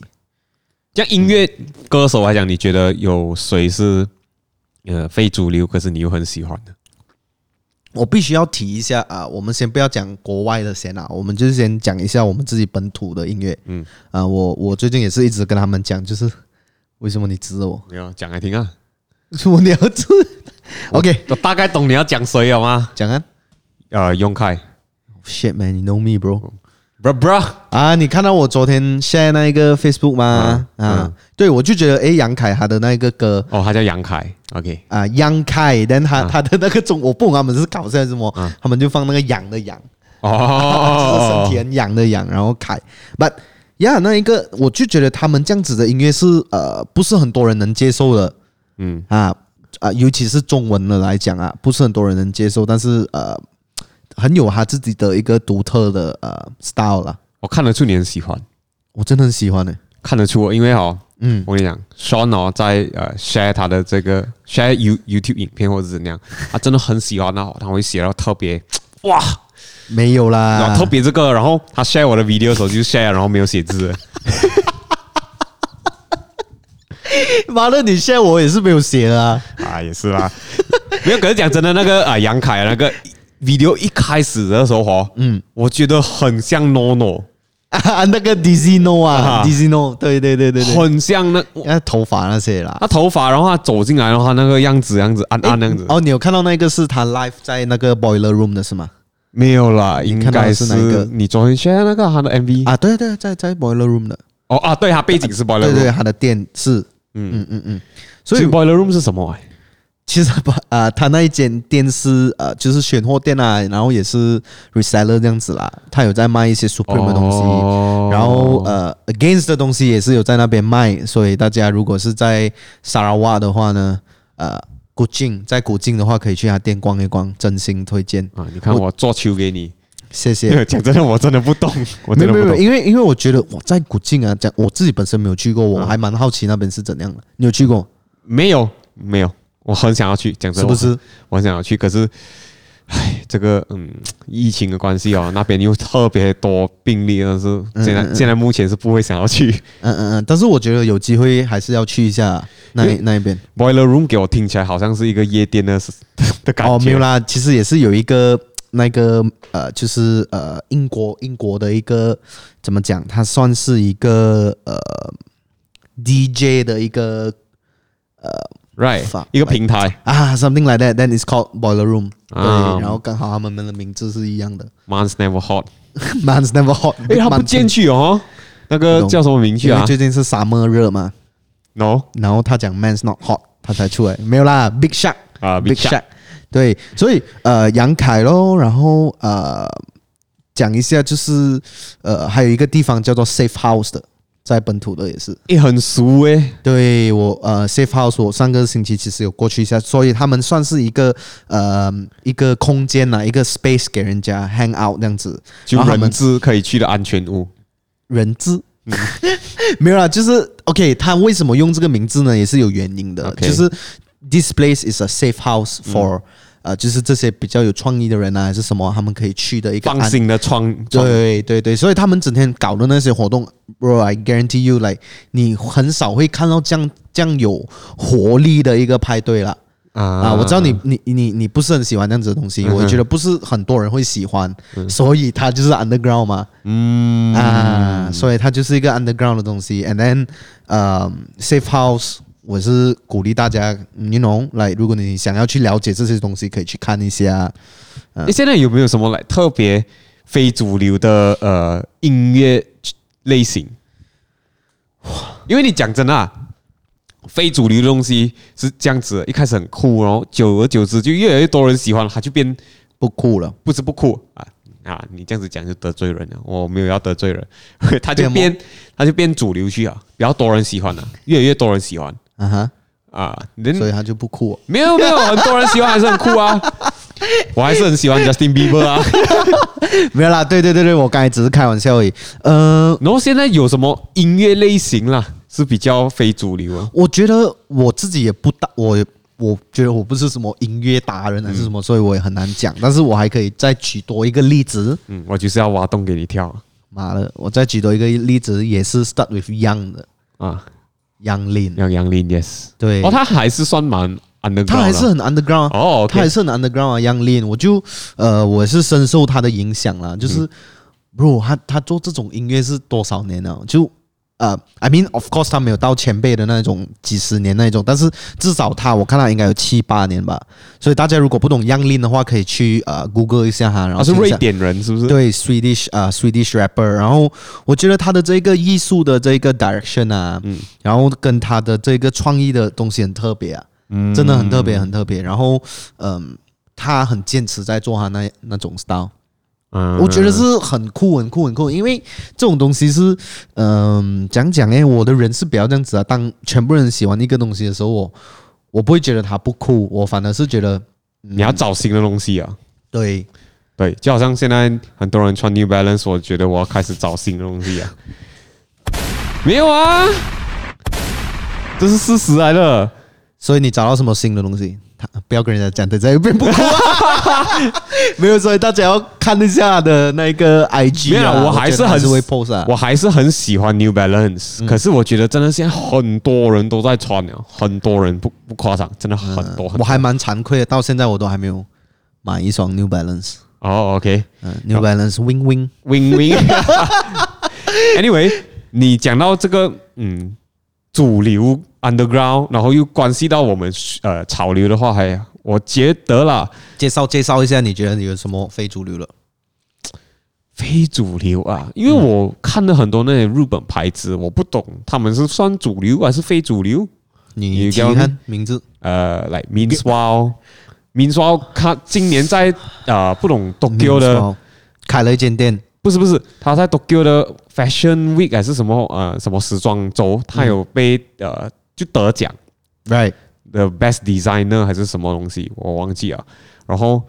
S2: 像音乐歌手来讲，你觉得有谁是呃非主流，可是你又很喜欢的？
S1: 我必须要提一下啊，我们先不要讲国外的先啊，我们就是先讲一下我们自己本土的音乐。嗯，啊，我我最近也是一直跟他们讲，就是为什么你指着我，
S2: 没有讲来听啊。
S1: 为什么你要指？OK，
S2: 我大概懂你要讲谁了吗？
S1: 讲啊
S2: 呃，永凯
S1: ，shit man，you know me bro。
S2: 嗯，bro bro，
S1: 啊，你看到我昨天 share 那一个 Facebook 吗？
S2: 嗯
S1: 啊，
S2: 嗯
S1: 对，我就觉得，诶，杨凯他的那个歌
S2: 哦，他叫杨凯，OK，
S1: 啊，杨凯，但他、他的那个中，我不懂他们是搞笑还是什么，
S2: 嗯
S1: 他们就放那个羊的羊，就是
S2: 哦
S1: 身体，很痒的痒，然后凯，but 呀、yeah,，那一个我就觉得他们这样子的音乐是呃，不是很多人能接受的
S2: 嗯，
S1: 啊啊，尤其是中文的来讲啊，不是很多人能接受，但是呃，很有他自己的一个独特的呃 style 啦，
S2: 我看得出你很喜欢，
S1: 我真的很喜欢欸的、
S2: 看得出哦，因为哦，
S1: 嗯，
S2: 我跟你讲，Sean 哦，在呃 share 他的这个 share You YouTube 影片或者是怎样，他真的很喜欢那他会写到特别哇，
S1: 没有
S2: 然
S1: 啦
S2: 后，特别这个，然后他 share 我的 video 的时候就 share，然后没有写字，
S1: 妈的，你现在我也是没有写的 啊，
S2: 啊，也是啦，没有，可是讲真的，那个啊杨凯那个 video 一开始的时候哦，嗯，我觉得很像 NONO。
S1: 啊那个 Dizzy No 啊
S2: 啊哦
S1: ，Dizzy No，对对对对对，
S2: 很像那
S1: 那头发那些啦。
S2: 他头发，然后他走进来，然后他那个样子，样子暗暗那样子，
S1: 哦，你有看到那个是他 live 在那个 boiler room 的是吗？
S2: 没有啦，应
S1: 看到
S2: 该
S1: 的是哪一个
S2: 是你昨天 share 那个他的 MV
S1: 啊，对对，在在 boiler room 的，
S2: 哦啊，对，他背景是 Boiler
S1: 对
S2: Room，
S1: 对，他的店是，嗯嗯嗯嗯，所
S2: 所以
S1: 以
S2: Boiler Room 是什么？
S1: 其实把啊、他那一间店是呃，就是选货店啊，然后也哦是 reseller 这样子啦，他有在卖一些 Supreme 的东西，
S2: 哦
S1: 然后呃 Gains 的东西也是有在那边卖，所以大家如果是在沙拉瓦的话呢，呃，古晋在古晋的话可以去他店逛一逛，真心推荐，
S2: 啊，你看我做球给你。
S1: 谢谢
S2: 因。为 讲真的，我真的不懂，我
S1: 没
S2: 真
S1: 有
S2: 的
S1: 没
S2: 不
S1: 有，
S2: 懂。
S1: 因为因为我觉得我在古晋啊，讲我自己本身没有去过，我还蛮好奇那边是怎样的。你有去过
S2: 没有没有，我很想要去，讲真
S1: 是
S2: 的，
S1: 不是？
S2: 我很想要去，可是，唉，这个嗯，疫情的关系哦，那边又特别多病例，但是现在、现在目前是不会想要去。
S1: 嗯嗯嗯，但是我觉得有机会还是要去一下那
S2: 因为
S1: 那一边。
S2: Boiler Room 给我听起来好像是一个夜店的的感觉，
S1: 哦，没有啦，其实也是有一个那个呃，就是呃，英国英国的一个怎么讲，它算是一个呃 DJ 的一个
S2: right
S1: Fuck，
S2: 一个平台
S1: 啊，something like that，then it's called boiler room、
S2: 啊
S1: 对，然后刚好他们的名字是一样的
S2: ，Man's Never Hot，
S1: ，Man's Never Hot。
S2: 哎，他不进去哦，那个叫什么名字
S1: 因为
S2: 啊
S1: 最近是 summer 热嘛，
S2: ？No
S1: 然后他讲 Man's Not Hot，他才出来，没有啦，Big Shot。
S2: 啊
S1: Big Shot。对，所以呃，杨凯咯，然后呃，讲一下就是呃，还有一个地方叫做 Safe House 的，在本土的也是。
S2: 哎，很熟诶，
S1: 对我呃，Safe House，我上个星期其实有过去一下，所以他们算是一个呃一个空间呐、一个 space 给人家 hang out 这样子，
S2: 就
S1: 然后他
S2: 人
S1: 们
S2: 质可以去的安全屋。
S1: 人质。
S2: 嗯
S1: 没有啦，就是 OK。他为什么用这个名字呢？也是有原因的
S2: OK 嗯
S1: 就是 this place is a safe house for、呃，就是这些比较有创意的人啊，还是什么，他们可以去的一个
S2: 放
S1: 安
S2: 心的创创
S1: 对对对，所以他们整天搞的那些活动，bro，I guarantee you，like 你很少会看到这样这样有活力的一个派对了。
S2: 啊
S1: 啊，我知道你你你你不是很喜欢这样子的东西，我觉得不是很多人会喜欢，所以它就是 underground 嘛，嗯啊，所以它就是一个 underground 的东西。And then，呃、s a f e house，我是鼓励大家，you know，来，如果你想要去了解这些东西，可以去看一下。
S2: 你啊现在有没有什么来特别非主流的呃音乐类型？因为你讲真的、啊，非主流的东西是这样子的，一开始很酷，然后久而久之就越来越多人喜欢，它就变
S1: 不酷了，
S2: 不是不酷啊啊！你这样子讲就得罪人了，我没有要得罪人， 它就
S1: 变
S2: 变它就变主流去啊，比较多人喜欢了、越来越多人喜欢
S1: 啊哈，
S2: 啊，人
S1: 所以它就不酷。
S2: 没有没有，很多人喜欢还是很酷啊， 我还是很喜欢 Justin Bieber 啊。
S1: 没有啦，对对对对，我刚才只是开玩笑而已。呃，
S2: 然后现在有什么音乐类型啦，是比较非主流啊？
S1: 我觉得我自己也不大，我也我觉得我不是什么音乐达人还是什么，所以我也很难讲。但是我还可以再举多一个例子，
S2: 嗯，我就是要挖洞给你跳
S1: 妈的，我再举多一个例子，也是 start with Young 的
S2: 啊！
S1: Young Lin，
S2: 杨杨林，yes，
S1: 对，
S2: 哦，他还是算蛮 underground，
S1: 他还是
S2: 啦
S1: 很 underground，、啊
S2: 哦，OK
S1: 他还是很 underground 啊，Young Lin，我就呃，我是深受他的影响啦，就是、bro，他他做这种音乐是多少年了？就呃，I mean of course 他没有到前辈的那种几十年那种，但是至少他我看他应该有七八年吧。所以大家如果不懂 Young Lin 的话，可以去呃 Google 一下哈，然后
S2: 他啊是
S1: 听一
S2: 瑞
S1: 下
S2: 典人，是不是？
S1: 对 Swedish 啊、Swedish rapper，然后我觉得他的这个艺术的这个 direction 啊，然后跟他的这个创意的东西很特别啊，真的很特别，很特别。然后嗯，他很坚持在做他那那种 style，、
S2: 嗯，
S1: 我觉得是很酷，很酷，很酷。因为这种东西是嗯，讲讲诶，我的人是比较这样子啊，当全部人喜欢一个东西的时候，我我不会觉得他不酷，我反而是觉得
S2: 你要找新的东西啊。
S1: 对。
S2: 对，就好像现在很多人穿 New Balance，我觉得我要开始找新的东西啊。没有啊，这是事实来的。
S1: 所以你找到什么新的东西？他不要跟人家讲，等一下又变不酷啊 没有，所以大家要看一下的那个 IG
S2: 没有
S1: 啊，
S2: 啦，我还
S1: 觉
S2: 是
S1: 得
S2: 很
S1: 还是会 post 啊。
S2: 我还是很喜欢 New Balance，、可是我觉得真的现在很多人都在穿了，很多人不不夸张，真的很多很
S1: 我
S2: 多。
S1: 还蛮惭愧的，到现在我都还没有买一双 New Balance，
S2: 哦，OK，Wing
S1: 嗯，New Balance Wing Wing，
S2: Wing。anyway，你讲到这个，嗯，主流 Underground，然后又关系到我们呃潮流的话，还我觉得啦，
S1: 介绍介绍一下，你觉得你有什么非主流了？
S2: 非主流啊，因为我看了很多那些日本牌子，我不懂他们是算主流还是非主流。
S1: 你
S2: 你
S1: 提
S2: 刚
S1: 看名字
S2: 呃，来 m i n s w a l m i n s w a l 他今年在呃不懂 Tokyo 的
S1: 哦 Meanwhile，开了一间店
S2: 不是不是，他在 Tokyo 的 Fashion Week 还是什么呃什么时装周，他有被、呃就得奖
S1: ，right，
S2: ，The Best Designer 还是什么东西，我忘记了。然后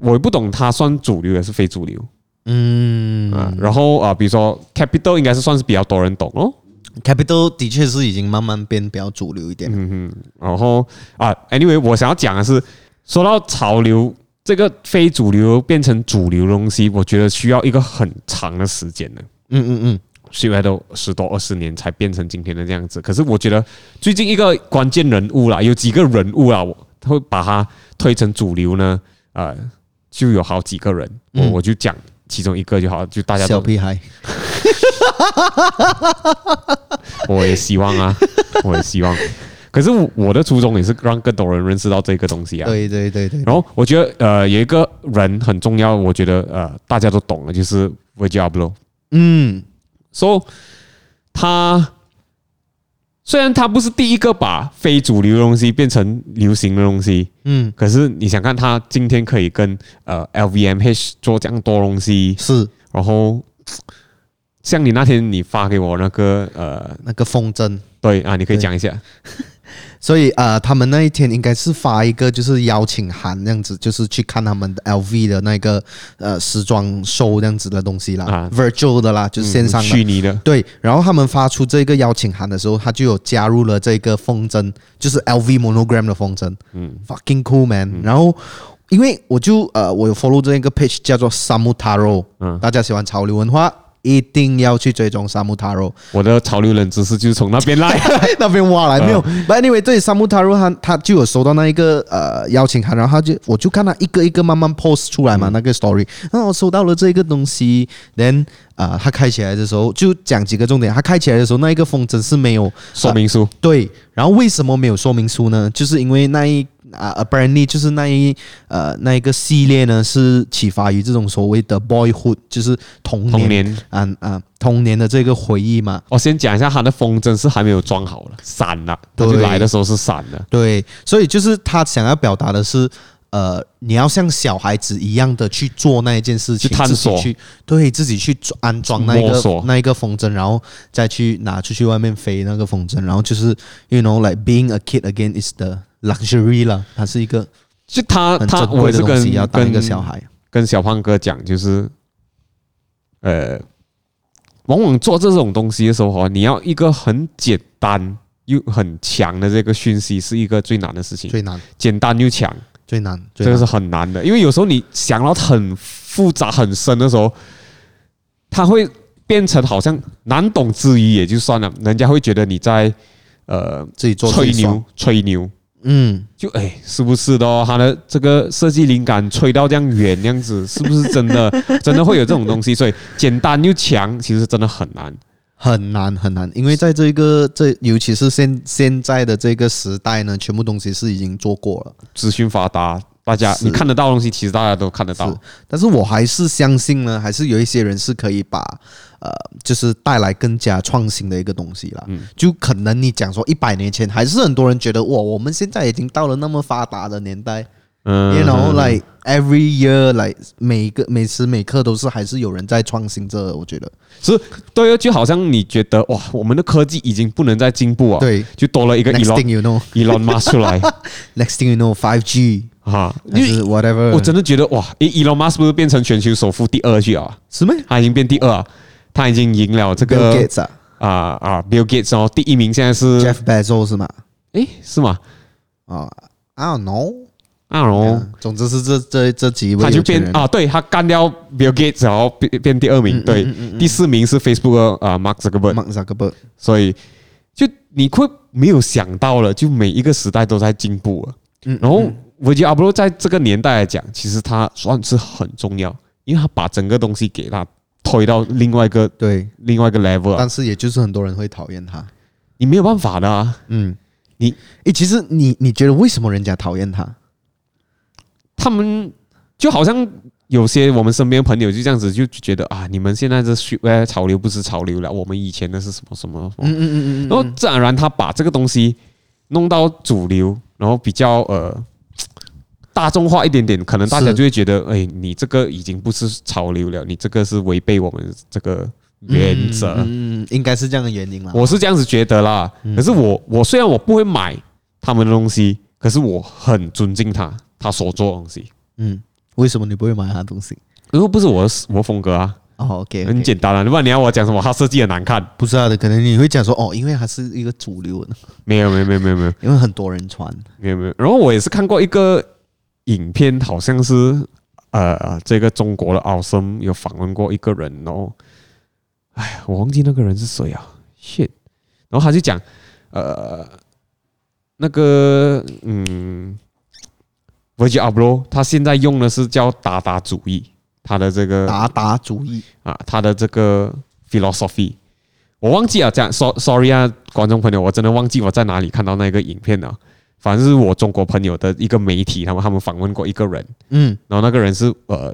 S2: 我也不懂他算主流还是非主流
S1: 嗯
S2: 啊、然后啊、呃比如说 Capital 应该是算是比较多人懂哦。
S1: ，Capital 的确是已经慢慢变比较主流一点了，
S2: 嗯然后啊，anyway，我想要讲的是，说到潮流这个非主流变成主流的东西，我觉得需要一个很长的时间的，
S1: 嗯嗯嗯，
S2: 需要都十多二十年才变成今天的这样子。可是我觉得最近一个关键人物啦，有几个人物啦，我他会把它推成主流呢，呃，就有好几个人，我我就讲其中一个就好，就大家
S1: 小
S2: 都
S1: 屁孩，
S2: 我也希望啊，我也希望。可是我我的初衷也是让更多人认识到这个东西啊。
S1: 对对对对，
S2: 然后我觉得呃有一个人很重要，我觉得呃大家都懂了，就是 Virgil Abloh。
S1: 嗯
S2: So 他虽然他不是第一个把非主流的东西变成流行的东西，
S1: 嗯
S2: 可是你想看他今天可以跟呃 LVMH 做这样多东西，
S1: 是
S2: 然后像你那天你发给我那个呃
S1: 那个风筝。
S2: 对啊，你可以讲一下，
S1: 所以呃，他们那一天应该是发一个就是邀请函这样子，就是去看他们的 LV 的那个呃时装 show 这样子的东西啦、
S2: 啊
S1: v i r t u a l 的啦，就是线上的。
S2: 虚拟的，
S1: 对，然后他们发出这个邀请函的时候，他就有加入了这个风筝，就是 LV monogram 的风筝，嗯，fucking 嗯 cool man、然后因为我就呃，我有 follow 这一个 page 叫做 Samutaro，嗯，大家喜欢潮流文化，一定要去追踪 Samutaro。
S2: 我的潮流冷知识就是从那 边来。
S1: 那边挖来没有？But anyway，对沙木塔鲁他他就有收到那一个呃邀请函，然后他就我就看他一个一个慢慢 post 出来嘛、那个 story，然后我收到了这个东西，then 啊、呃、他开起来的时候就讲几个重点，他开起来的时候那一个风筝是没有
S2: 说明书，
S1: 对，然后为什么没有说明书呢？就是因为那一啊、a p p a r e n t l y 就是那一呃那一个系列呢是启发于这种所谓的 boyhood，就是童年
S2: 童年。
S1: 啊啊童年的这个回忆嘛。
S2: 我哦先讲一下，它的风筝是还没有装好了，散了，它就
S1: 对
S2: 来的时候是散的。
S1: 对，所以就是他想要表达的是，呃，你要像小孩子一样的去做那一件事情，
S2: 去探索
S1: 自己去对自己去安装那一
S2: 摸
S1: 个
S2: 索
S1: 那一个风筝，然后再去拿出去外面飞那个风筝，然后就是，you know, like being a kid again is the luxury 啦，它是一个
S2: 就他
S1: 很
S2: 他
S1: 珍
S2: 我
S1: 贵
S2: 也
S1: 的
S2: 是
S1: 东西，要
S2: 跟
S1: 当一
S2: 跟
S1: 个小孩。
S2: 跟小胖哥讲，就是呃，往往做这种东西的时候哈，你要一个很简单又很强的这个讯息，是一个最难的事情。
S1: 最难，
S2: 简单又强，
S1: 最难，最
S2: 这个
S1: 难
S2: 是很难的，因为有时候你想到很复杂很深的时候，它会变成好像难懂之余也就算了，人家会觉得你在呃
S1: 自己做自
S2: 吹
S1: 己爽
S2: 牛，吹牛，
S1: 嗯，
S2: 就哎，是不是的哦？他的这个设计灵感吹到这样远，这样 子是不是真的？真的会有这种东西？所以简单又强，其实真的很难。
S1: 很难很难，因为在这个这，尤其是现现在的这个时代呢，全部东西是已经做过了。
S2: 资讯发达，大家
S1: 是
S2: 你看得到的东西，其实大家都看得到
S1: 是。但是我还是相信呢，还是有一些人是可以把呃，就是带来更加创新的一个东西啦。
S2: 嗯
S1: 就可能你讲说一百年前，还是很多人觉得哇，我们现在已经到了那么发达的年代、
S2: 嗯
S1: y o u know like every year like 每一个每时每刻都是还是有人在创新这，我觉得
S2: 是对哦，就好像你觉得哇，我们的科技已经不能再进步啊，，
S1: 对。
S2: 就多了一个
S1: Next
S2: Elon
S1: thing you know,
S2: Elon Musk 出 来
S1: next thing you know, five G
S2: 啊，
S1: 还
S2: 因为
S1: 是 whatever，
S2: 我真的觉得哇，诶，Elon Musk 不是变成全球首富第二去啊？
S1: 什么
S2: 他已经变第二啊，他已经赢了这
S1: Bill
S2: 个
S1: Gates 啊
S2: 啊啊 Bill Gates 哦，第一名现在是
S1: ，Jeff Bezos 是吗？
S2: 诶，是吗？
S1: 啊，I don't know。
S2: 啊，然后
S1: 嗯总之是这这这几位
S2: 他就
S1: 有钱
S2: 变
S1: 人
S2: 啊，对他干掉 Bill Gates，然后变变第二名，对，第四名是 Facebook 的啊 Mark Zuckerberg，
S1: ，Mark Zuckerberg。
S2: 所以就你会没有想到了，就每一个时代都在进步了。然后我觉得 Ablo 在这个年代来讲，其实他算是很重要，因为他把整个东西给他推到另外一个
S1: 对，
S2: 另外一个 level，啊
S1: 但是也就是很多人会讨厌他。
S2: 你没有办法的啊。
S1: 嗯，
S2: 你
S1: 诶，其实你你觉得为什么人家讨厌他？
S2: 他们就好像有些我们身边朋友就这样子就觉得啊，你们现在这 s h 潮流不是潮流了，我们以前的是什么什么什么，
S1: 嗯嗯
S2: 然后自然而然他把这个东西弄到主流，然后比较呃大大众化一点点，可能大家
S1: 是
S2: 就会觉得，哎，你这个已经不是潮流了，你这个是违背我们这个原则。
S1: 嗯，应该是这样的原因啦。
S2: 我是这样子觉得啦。可是我我虽然我不会买他们的东西，可是我很尊敬他他所做的东西，
S1: 嗯，为什么你不会买他的东西？
S2: 因为不是我的我的风格啊，
S1: 哦，OK，,
S2: 很简单啊。不然你要我讲什么？他设计很难看？
S1: 不是啊的，可能你会讲说哦，因为它是一个主流的，
S2: 没有没有没有没有没有
S1: 因为很多人穿。
S2: 没有没有。然后我也是看过一个影片，好像是呃这个中国的奥森有访问过一个人哦，哎呀，我忘记那个人是谁啊，shit。然后他就讲呃那个嗯，Virgil Abloh 他现在用的是叫达达主义，他的这个
S1: 打打主意，
S2: 啊，他的这个 philosophy，我忘记了，这样，so sorry 啊，观众朋友，我真的忘记我在哪里看到那个影片了。反正是我中国朋友的一个媒体，他们他们访问过一个人，
S1: 嗯
S2: 然后那个人是呃，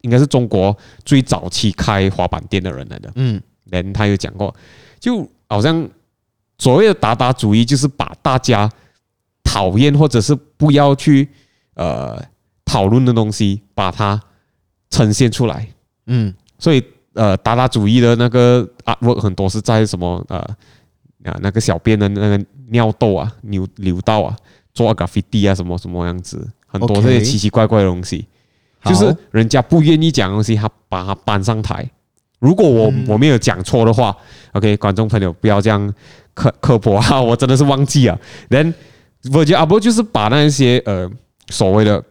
S2: 应该是中国最早期开滑板店的人来的。
S1: 嗯
S2: 人他有讲过，就好像所谓的达达主义，就是把大家讨厌或者是不要去呃讨论的东西，把它呈现出来。
S1: 嗯
S2: 所以呃，达达主义的那个 artwork 很多是在什么呃啊那个小便的那个尿道啊、流流道啊、做 graffiti 啊什么什么样子，很多
S1: OK
S2: 这些奇奇怪怪的东
S1: 嗯
S2: 西
S1: 好
S2: 就是人家不愿意讲的东西，他把它搬上台。如果我、我没有讲错的话，OK，观众朋友不要这样刻刻薄啊，我真的是忘记啊。Then Virgil Abloh 就是把那一些呃所谓的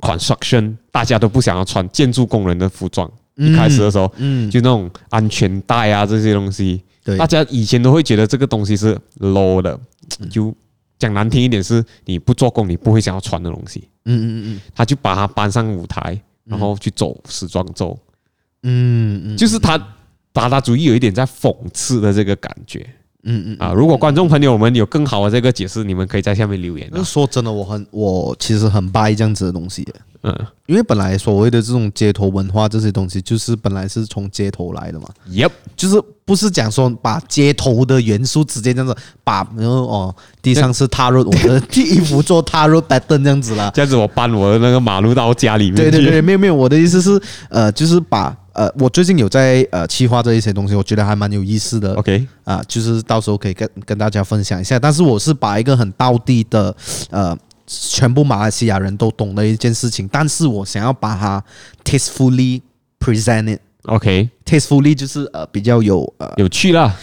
S2: construction，大家都不想要穿建筑工人的服装，一开始的时候，
S1: 嗯，
S2: 就那啊种安全带啊这些东西，
S1: 对
S2: 大，家以前都会觉得这个东西是 low 的，
S1: 嗯
S2: 就讲难听一点，是你不做工你不会想要穿的东西，
S1: 嗯嗯嗯
S2: 他就把它搬上舞台，然后去走时装周，
S1: 嗯嗯嗯
S2: 就是他达达主义有一点在讽刺的这个感觉
S1: 嗯嗯
S2: 啊。如果观众朋友们有更好的这个解释，你们可以在下面留言
S1: 嗯。
S2: 啊。
S1: 说真的，我很我其实很 buy 这样子的东西的，
S2: 嗯
S1: 因为本来所谓的这种街头文化这些东西，就是本来是从街头来的嘛。
S2: ，Yep，
S1: 就是不是讲说把街头的元素直接这样子把，然后哦，地上是踏入我的衣服做踏入 pattern 这样子啦。
S2: 这样子我搬我的那个马路到家里面
S1: 对
S2: 去。
S1: 对对，没有没有，我的意思是，呃，就是把呃，我最近有在呃企划这一些东西，我觉得还蛮有意思的
S2: OK，
S1: 啊、就是到时候可以跟跟大家分享一下。但是我是把一个很道地的呃，全部马来西亚人都懂的一件事情，但是我想要把它 tastefully present it。
S2: OK，
S1: tastefully 就是呃比较有呃
S2: 有趣啦。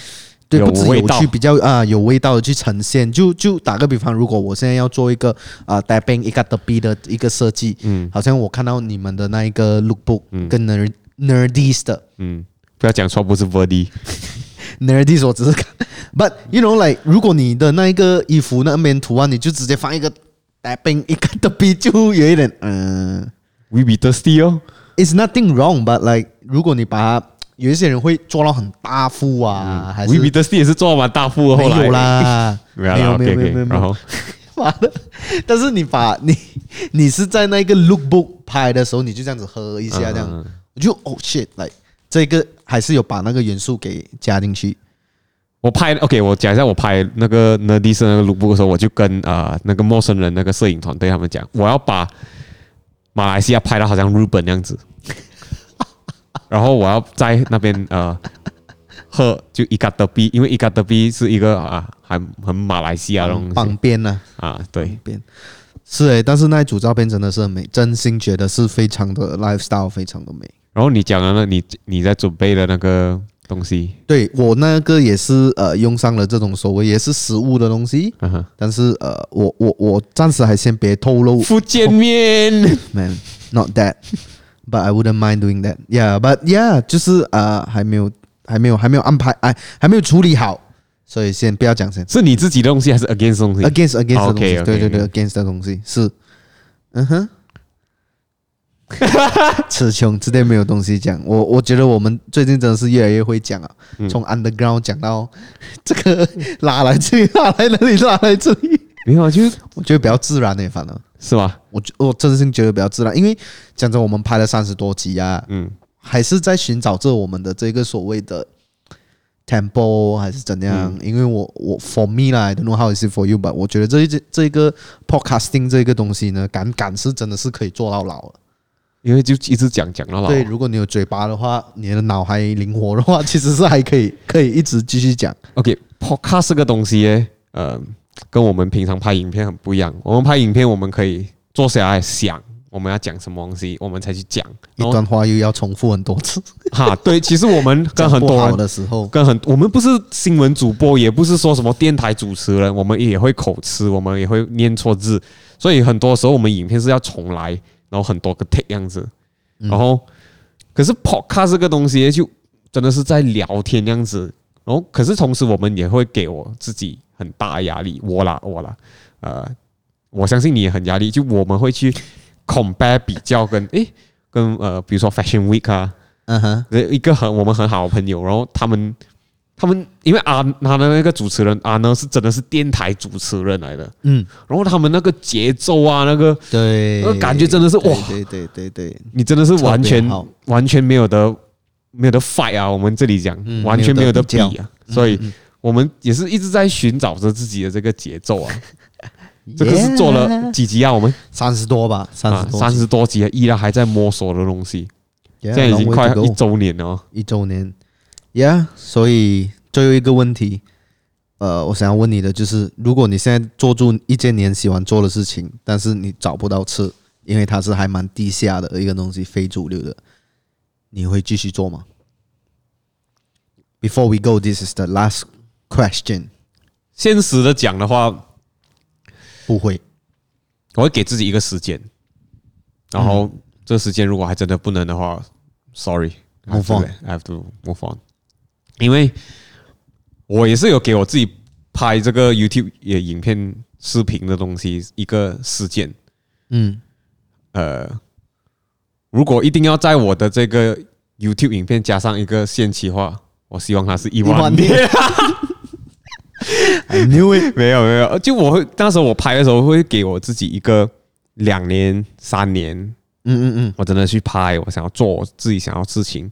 S1: 对，
S2: 有
S1: 不止
S2: 味
S1: 有
S2: 道
S1: 趣，比较啊、有味道的去呈现。就就打个比方，如果我现在要做一个啊 d a b i n g 一个 d b 的一个设计，嗯，好像我看到你们的那一个 lookbook 跟 nerd nerdies 的
S2: 嗯，不要讲错，不是 Verdi。
S1: nerdies，我只是看，but you know like 如果你的那一个衣服那边图案，啊你就直接放一个 d a b i n g 一个 d b 就有一点嗯、
S2: We be thirsty 哦。
S1: i t s nothing wrong，but like 如果你把它有一些人会做到很大幅啊，还是
S2: We be thirsty 也是做完大富，
S1: 没
S2: 嗯后来
S1: 有，啦，
S2: 没有 啦
S1: 没
S2: ，OK
S1: 有没有没有没
S2: OK。
S1: 有
S2: 然后
S1: 妈的！但是你把你你是在那个 lookbook 拍的时候，你就这样子喝一下，这样、
S2: 嗯
S1: 我就哦 shit，来、这个还是有把那个元素给加进去。
S2: 我拍 OK，我讲一下我拍那个 Nerdy 是那个 lookbook 的时候，我就跟啊那个陌生人那个摄影团队他们讲，我要把马来西亚拍的好像日本那样子，然后我要在那边呃喝就伊嘎德比，因为伊嘎德比是一个啊很很马来西亚的东西
S1: 绑边呢、
S2: 啊，对
S1: 绑边是诶、但是那一组照片真的是很美，真心觉得是非常的 lifestyle，非常的美。
S2: 然后你讲了那你你在准备的那个东西，
S1: 对我那个也是呃用上了这种所谓也是食物的东西，
S2: 嗯哼，
S1: 但是呃我我我暂时还先别透露
S2: 福建面。
S1: man, not that. But I wouldn't mind doing that. Yeah, but yeah，就是呃，还没有，还没有，还没有安排，哎，还没有处理好，所以先不要讲先。
S2: 是你自己的东西还是 against 东西
S1: Against against 的东西，
S2: OK，OK，OK
S1: 对对对，against 的东西是，嗯哼，词穷，之前没有东西讲。我我觉得我们最近真的是越来越会讲啊，从 underground 讲到这个 拉来这里，拉来那里，拉来这里，
S2: 没有啊，就是
S1: 我觉得比较自然的、反而
S2: 是吧？
S1: 我觉我真心觉得比较自然，因为讲真，我们拍了三十多集啊，
S2: 嗯
S1: 还是在寻找着我们的这个所谓的 tempo 还是怎
S2: 嗯
S1: 样？因为我我 for me 啦，I don't know how is it for you，but 我觉得这一这这一个 podcasting 这个东西呢，敢敢是真的是可以做到老了。
S2: 因为就一直讲讲到老。
S1: 对，如果你有嘴巴的话，你的脑还灵活的话，其 实是还可以可以一直继续讲。
S2: OK，podcast 这个东西耶，呃，跟我们平常拍影片很不一样。我们拍影片，我们可以坐下来想我们要讲什么东西，我们才去讲。
S1: 一
S2: 然后
S1: 段话又要重复很多次，
S2: 哈，对，其实我们跟
S1: 讲
S2: 很
S1: 不
S2: 多
S1: 好
S2: 人。
S1: 的时候，
S2: 跟很，我们不是新闻主播，也不是说什么电台主持人，我们也会口吃，我们也会念错字，所以很多时候我们影片是要重来，然后很多个 take 样子，然后、可是 podcast 这个东西就真的是在聊天样子，然后可是同时我们也会给我自己很大的压力，我啦我啦，呃，我相信你也很压力，就我们会去 compare 比较跟诶跟呃比如说 Fashion Week 啊，
S1: 嗯哼，
S2: 一个很我们很好的朋友，然后他们他们因为阿他的那个主持人阿呢是真的是电台主持人来的，
S1: 嗯，
S2: 然后他们那个节奏啊，那个
S1: 对，
S2: 那感觉真的是哇
S1: 对对对对对，
S2: 你真的是完
S1: 特
S2: 全
S1: 别好
S2: 完全没有的没有的 fight 啊，我们这里讲、
S1: 嗯
S2: 完全没
S1: 没
S2: 有
S1: 有
S2: 的
S1: 得嗯
S2: 比啊，所以我们也是一直在寻找着自己的这个节奏 啊。这个是做了几集啊？我们
S1: 三十多吧，三
S2: 啊
S1: 十多，
S2: 三十多集啊，依然还在摸索的东西，
S1: Yeah，
S2: 现在已
S1: long
S2: 经
S1: way to
S2: 快
S1: go
S2: 一周年了哦。
S1: 一周年，Yeah，所以最后一个问题，呃，我想要问你的就是，如果你现在做住一件你很喜欢做的事情，但是你找不到吃，因为它是还蛮地下的一个东西，非主流的，你会继续做吗？Before we go, this is the last question。
S2: 现实的讲的话，
S1: 不会，
S2: 我会给自己一个时间，然后这个时间如果还真的不能的话，sorry，I have
S1: Move
S2: to- I have to move on，因为我也是有给我自己拍这个 YouTube 也影片视频的东西一个时间，
S1: 嗯
S2: 呃，如果一定要在我的这个 YouTube 影片加上一个限期的话，我希望它是一万
S1: 一万
S2: 年。
S1: ，I knew it。
S2: 没有没有，就我会那时候我拍的时候会给我自己一个两年、三年，
S1: 嗯嗯
S2: 我真的去拍，我想要做我自己想要的事情。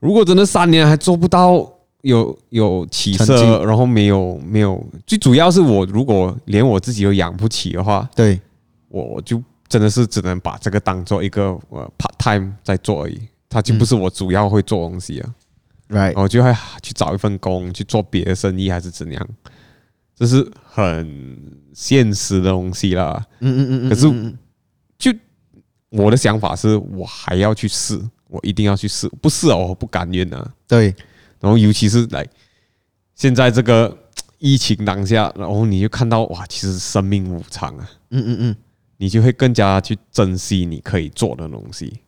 S2: 如果真的三年还做不到有有起
S1: 成
S2: 色，
S1: 绩
S2: 然后没有没有，最主要是我如果连我自己都养不起的话
S1: 嗯，，对，
S2: 我我就真的是只能把这个当做一个呃 part time 在做而已，它就不是我主要会做的东西啊。
S1: ，right，
S2: 我就会去找一份工，去做别的生意还是怎样，这是很现实的东西啦。
S1: 嗯嗯嗯嗯，
S2: 可是
S1: 嗯嗯
S2: 就我的想法是，我还要去试，我一定要去试，不试哦，我不甘愿啊。
S1: 对，
S2: 然后尤其是来现在这个疫情当下，然后你就看到哇，其实生命无常啊，
S1: 嗯嗯嗯，
S2: 你就会更加去珍惜你可以做的东西。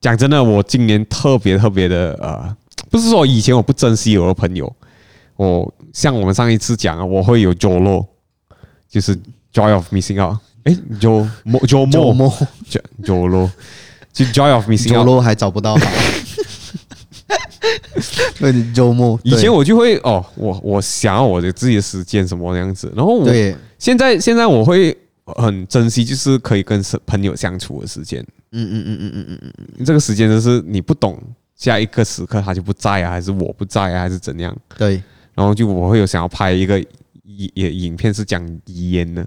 S2: 讲真的，我今年特别特别的呃，不是说以前我不珍惜我的朋友，我像我们上一次讲啊，我会有 j o l o 就是 joy of missing out，哎 j o j o
S1: 周
S2: mo
S1: 末
S2: j o l o 就 joy of missing
S1: 周
S2: out。
S1: 末还找不到他。 对，周末，
S2: 以
S1: 对
S2: 前我就会哦，我我想要我的自己的时间什么样子，然后我
S1: 对，
S2: 现在现在我会很珍惜，就是可以跟朋友相处的时间。
S1: 嗯嗯嗯嗯嗯嗯嗯，
S2: 这个时间就是你不懂下一个时刻他就不在啊，还是我不在啊，还是怎样？
S1: 对，
S2: 然后就我会有想要拍一个影也影片是讲遗言的，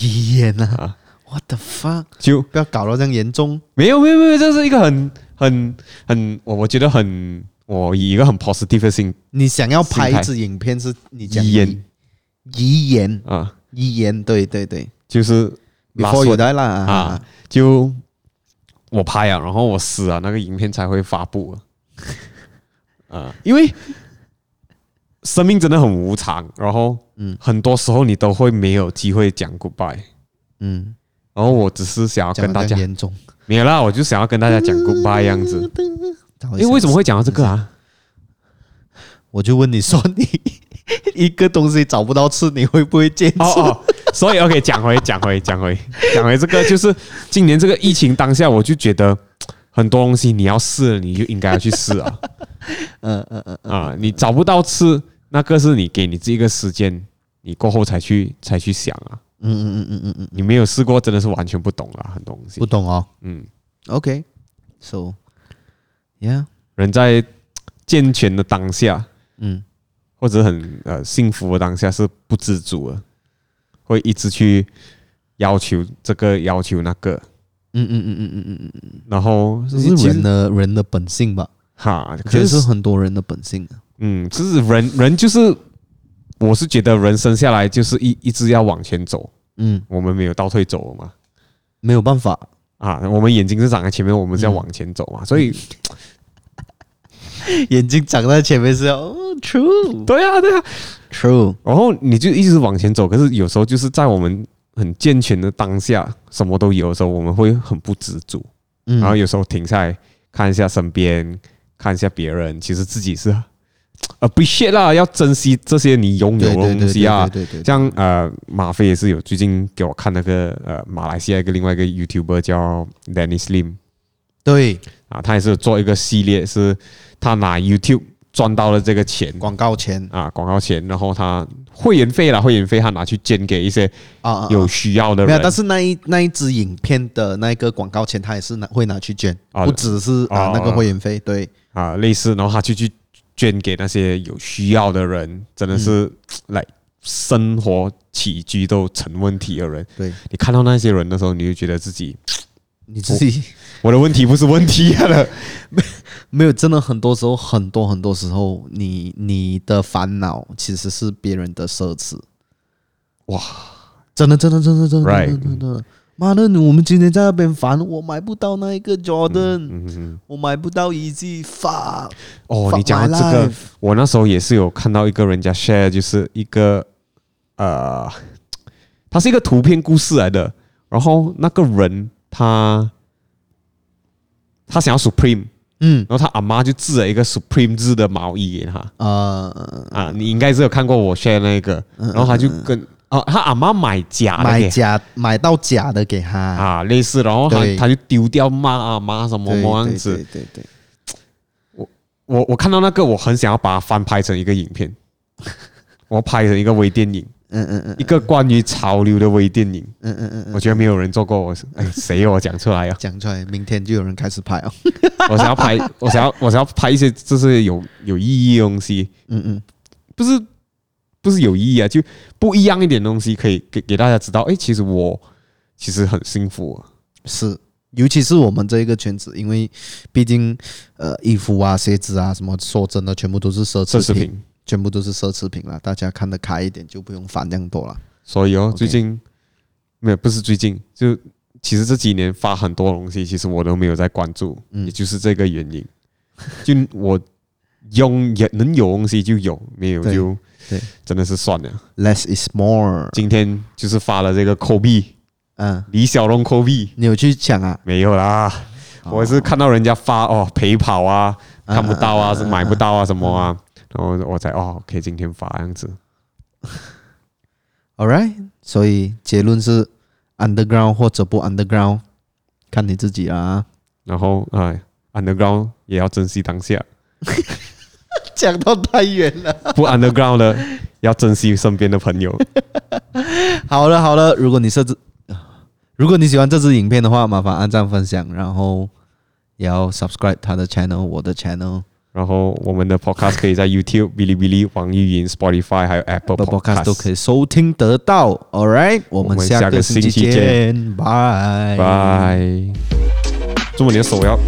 S1: 遗言
S2: 啊
S1: 啊，What the fuck！
S2: 就
S1: 不要搞到这样严重。
S2: 没有没有没有，这是一个很很很我我觉得很我以一个很 positive 的心
S1: 你想要拍
S2: 心态
S1: 一支影片是你讲
S2: 遗言
S1: 遗言，
S2: 啊，
S1: 遗言，对对对
S2: 就是拉
S1: ，before you
S2: 索
S1: die 啦
S2: 啊
S1: 啊，，
S2: 就我拍啊，然后我死啊，那个影片才会发 布啊。啊，因为生命真的很无常，然后嗯
S1: 嗯，
S2: 很多时候你都会没有机会讲 goodbye。
S1: 嗯，
S2: 然后我只是想要
S1: 讲
S2: 跟
S1: 到
S2: 大
S1: 这样，嗯
S2: 家
S1: 严重，
S2: 没有啦，我就想要跟大家讲 goodbye 样子。
S1: 因
S2: 诶，为什么？会讲到这个啊？
S1: 我就问你说，你 一个东西找不到吃，你会不会坚持
S2: 哦？哦，所以 OK，讲回讲回讲回讲回这个，就是今年这个疫情当下，我就觉得很多东西你要试了，你就应该要去试啊。
S1: 嗯嗯嗯嗯，
S2: 啊，你找不到吃，那个是你给你自己一个时间，你过后才去才去想啊。
S1: 嗯嗯嗯嗯嗯嗯，
S2: 你没有试过，真的是完全不懂啊啦，很多东西
S1: 不。懂哦。
S2: 嗯，
S1: OK，so yeah，
S2: 人在健全的当下，
S1: 嗯，
S2: 或者很呃幸福的当下是不知足的，会一直去要求这个要求那个，
S1: 嗯嗯嗯嗯嗯嗯嗯，
S2: 然后
S1: 这
S2: 日
S1: 是
S2: 本
S1: 人的人的本性吧？
S2: 哈，
S1: 我觉
S2: 可
S1: 得是
S2: 是
S1: 很多人的本性啊。
S2: 嗯，就是人人就是，我是觉得人生下来就是一一直要往前走，
S1: 嗯，
S2: 我们没有倒退走的嘛。
S1: 没有办法，
S2: 啊，我们眼睛是长在前面，我们是要
S1: 嗯
S2: 往前走嘛，所以
S1: 眼睛长在前面是要、哦、true
S2: 对啊，对啊，
S1: true，
S2: 然后你就一直往前走，可是有时候就是在我们很健全的当下，什么都有的时候，我们会很不知足，
S1: 嗯，
S2: 然后有时候停下来看一下身边，看一下别人，其实自己是 appreciate 啦，要珍惜这些你拥有
S1: 对
S2: 的
S1: 对
S2: 东
S1: 对
S2: 西啊
S1: 对。对对对对，
S2: 像呃，马飞也是有最近给我看那个呃，马来西亚一个另外一个 YouTuber 叫 Danny Slim，
S1: 对
S2: 啊，他也是做一个系列，是他拿 YouTube 赚到了这个钱
S1: 广告钱
S2: 啊，广告钱，然后他会员费啦，会员费他拿去捐给一些
S1: 啊啊，啊
S2: 有需要的
S1: 没有？
S2: 人。
S1: 但是那一那一支影片的那个广告钱，他也是拿会拿去捐，
S2: 啊
S1: 不只是
S2: 啊
S1: 啊那个
S2: 啊
S1: 会员费，对，
S2: 啊，类似，然后他就去捐给那些有需要的人，真的是
S1: 嗯
S2: 来、生活起居都成问题的人。
S1: 对
S2: 你看到那些人的时候，你就觉得自己
S1: 你自己
S2: 我的问题不是问题了。
S1: 没有，真的很多时候，很多很多时候，你你的烦恼其实是别人的奢侈。
S2: 哇，
S1: 真的，真的，真的，真的，
S2: Right
S1: 真的，真的，妈的，我们今天在那边烦，我买不到那一个 Jordan，、
S2: 嗯哼，
S1: 我买不到 Easy Fuck。
S2: 哦，
S1: Fuck
S2: 你讲到这
S1: my
S2: 个
S1: life，
S2: 我那时候也是有看到一个人家 share，就是一个呃，它是一个图片故事来的。然后那个人他他想要 Supreme，
S1: 嗯，
S2: 然后他阿妈就织了一个 Supreme 织的毛衣给他
S1: 呃，
S2: 啊，你应该是有看过我 share 那个，
S1: 嗯
S2: 然后他就跟哦，他阿妈买假的
S1: 买
S2: 给
S1: 假买到假的给他，
S2: 啊，类似，然后他
S1: 对
S2: 他就丢掉骂阿妈什么
S1: 对
S2: 什么样
S1: 对
S2: 子
S1: 对。对对，
S2: 我我看到那个，我很想要把它翻拍成一个影 片，我拍成一个微电影。
S1: 嗯嗯嗯
S2: 一个关于潮流的微电影，
S1: 嗯嗯嗯嗯，
S2: 我觉得没有人做过。我是哎，谁有我讲出来啊？
S1: 讲出来，明天就有人开始拍哦。
S2: 我想要拍，我想要，我想要拍一些就是有有意义的东西，
S1: 嗯嗯，
S2: 不是不是有意义啊，就不一样一点的东西，可以给给大家知道。哎，其实我其实很幸福啊、
S1: 是，尤其是我们这一个圈子，因为毕竟呃，衣服啊、鞋子啊什么，说真的，全部都是奢
S2: 奢
S1: 侈
S2: 侈
S1: 品，
S2: 品。
S1: 全部都是奢侈品啦。大家看得开一点，就不用烦那样多了。
S2: 所以哦，
S1: OK
S2: 最近没有，不是最近，就其实这几年发很多东西，其实我都没有在关注，
S1: 嗯
S2: 也就是这个原因。就我拥也能有东西就有，没有
S1: 对
S2: 就
S1: 对
S2: 真的是算了。
S1: Less is more。
S2: 今天就是发了这个 Kobe
S1: 嗯，
S2: 李小龙 Kobe
S1: 你有去抢啊？
S2: 没有啦，
S1: 哦
S2: 我是看到人家发哦陪跑啊，
S1: 嗯
S2: 看不到
S1: 嗯
S2: 啊，
S1: 嗯
S2: 是买不到啊什么啊，
S1: 嗯
S2: 然后我才哦可以今天发这样子，
S1: All right，所以结论是 underground 或者不 underground，看你自己啊。
S2: 然后哎 underground 也要珍惜当下，
S1: 讲到太远了。
S2: 不 underground 的要珍惜身边的 朋友，
S1: 好了好了，如果你设置，如果你喜欢这支影片的话，麻烦按赞分享，然后也要 subscribe 他的 channel，我的 channel。
S2: 然后我们的 podcast 可以在 YouTube、哔哩哔哩、网易云、Spotify 还有 Apple
S1: Apple Podcast 都
S2: Podcast，
S1: 可以收听得到。All right，我
S2: 我
S1: 们
S2: 们
S1: 下
S2: 下
S1: 个
S2: 个
S1: 星期
S2: 星期见
S1: 见，拜。
S2: 拜。祝哎你的手要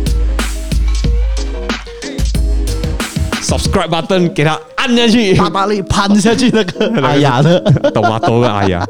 S2: subscribe button 给它按下去。
S1: 大巴力攀下去那个哎呀的。
S2: 懂吗？都跟阿雅。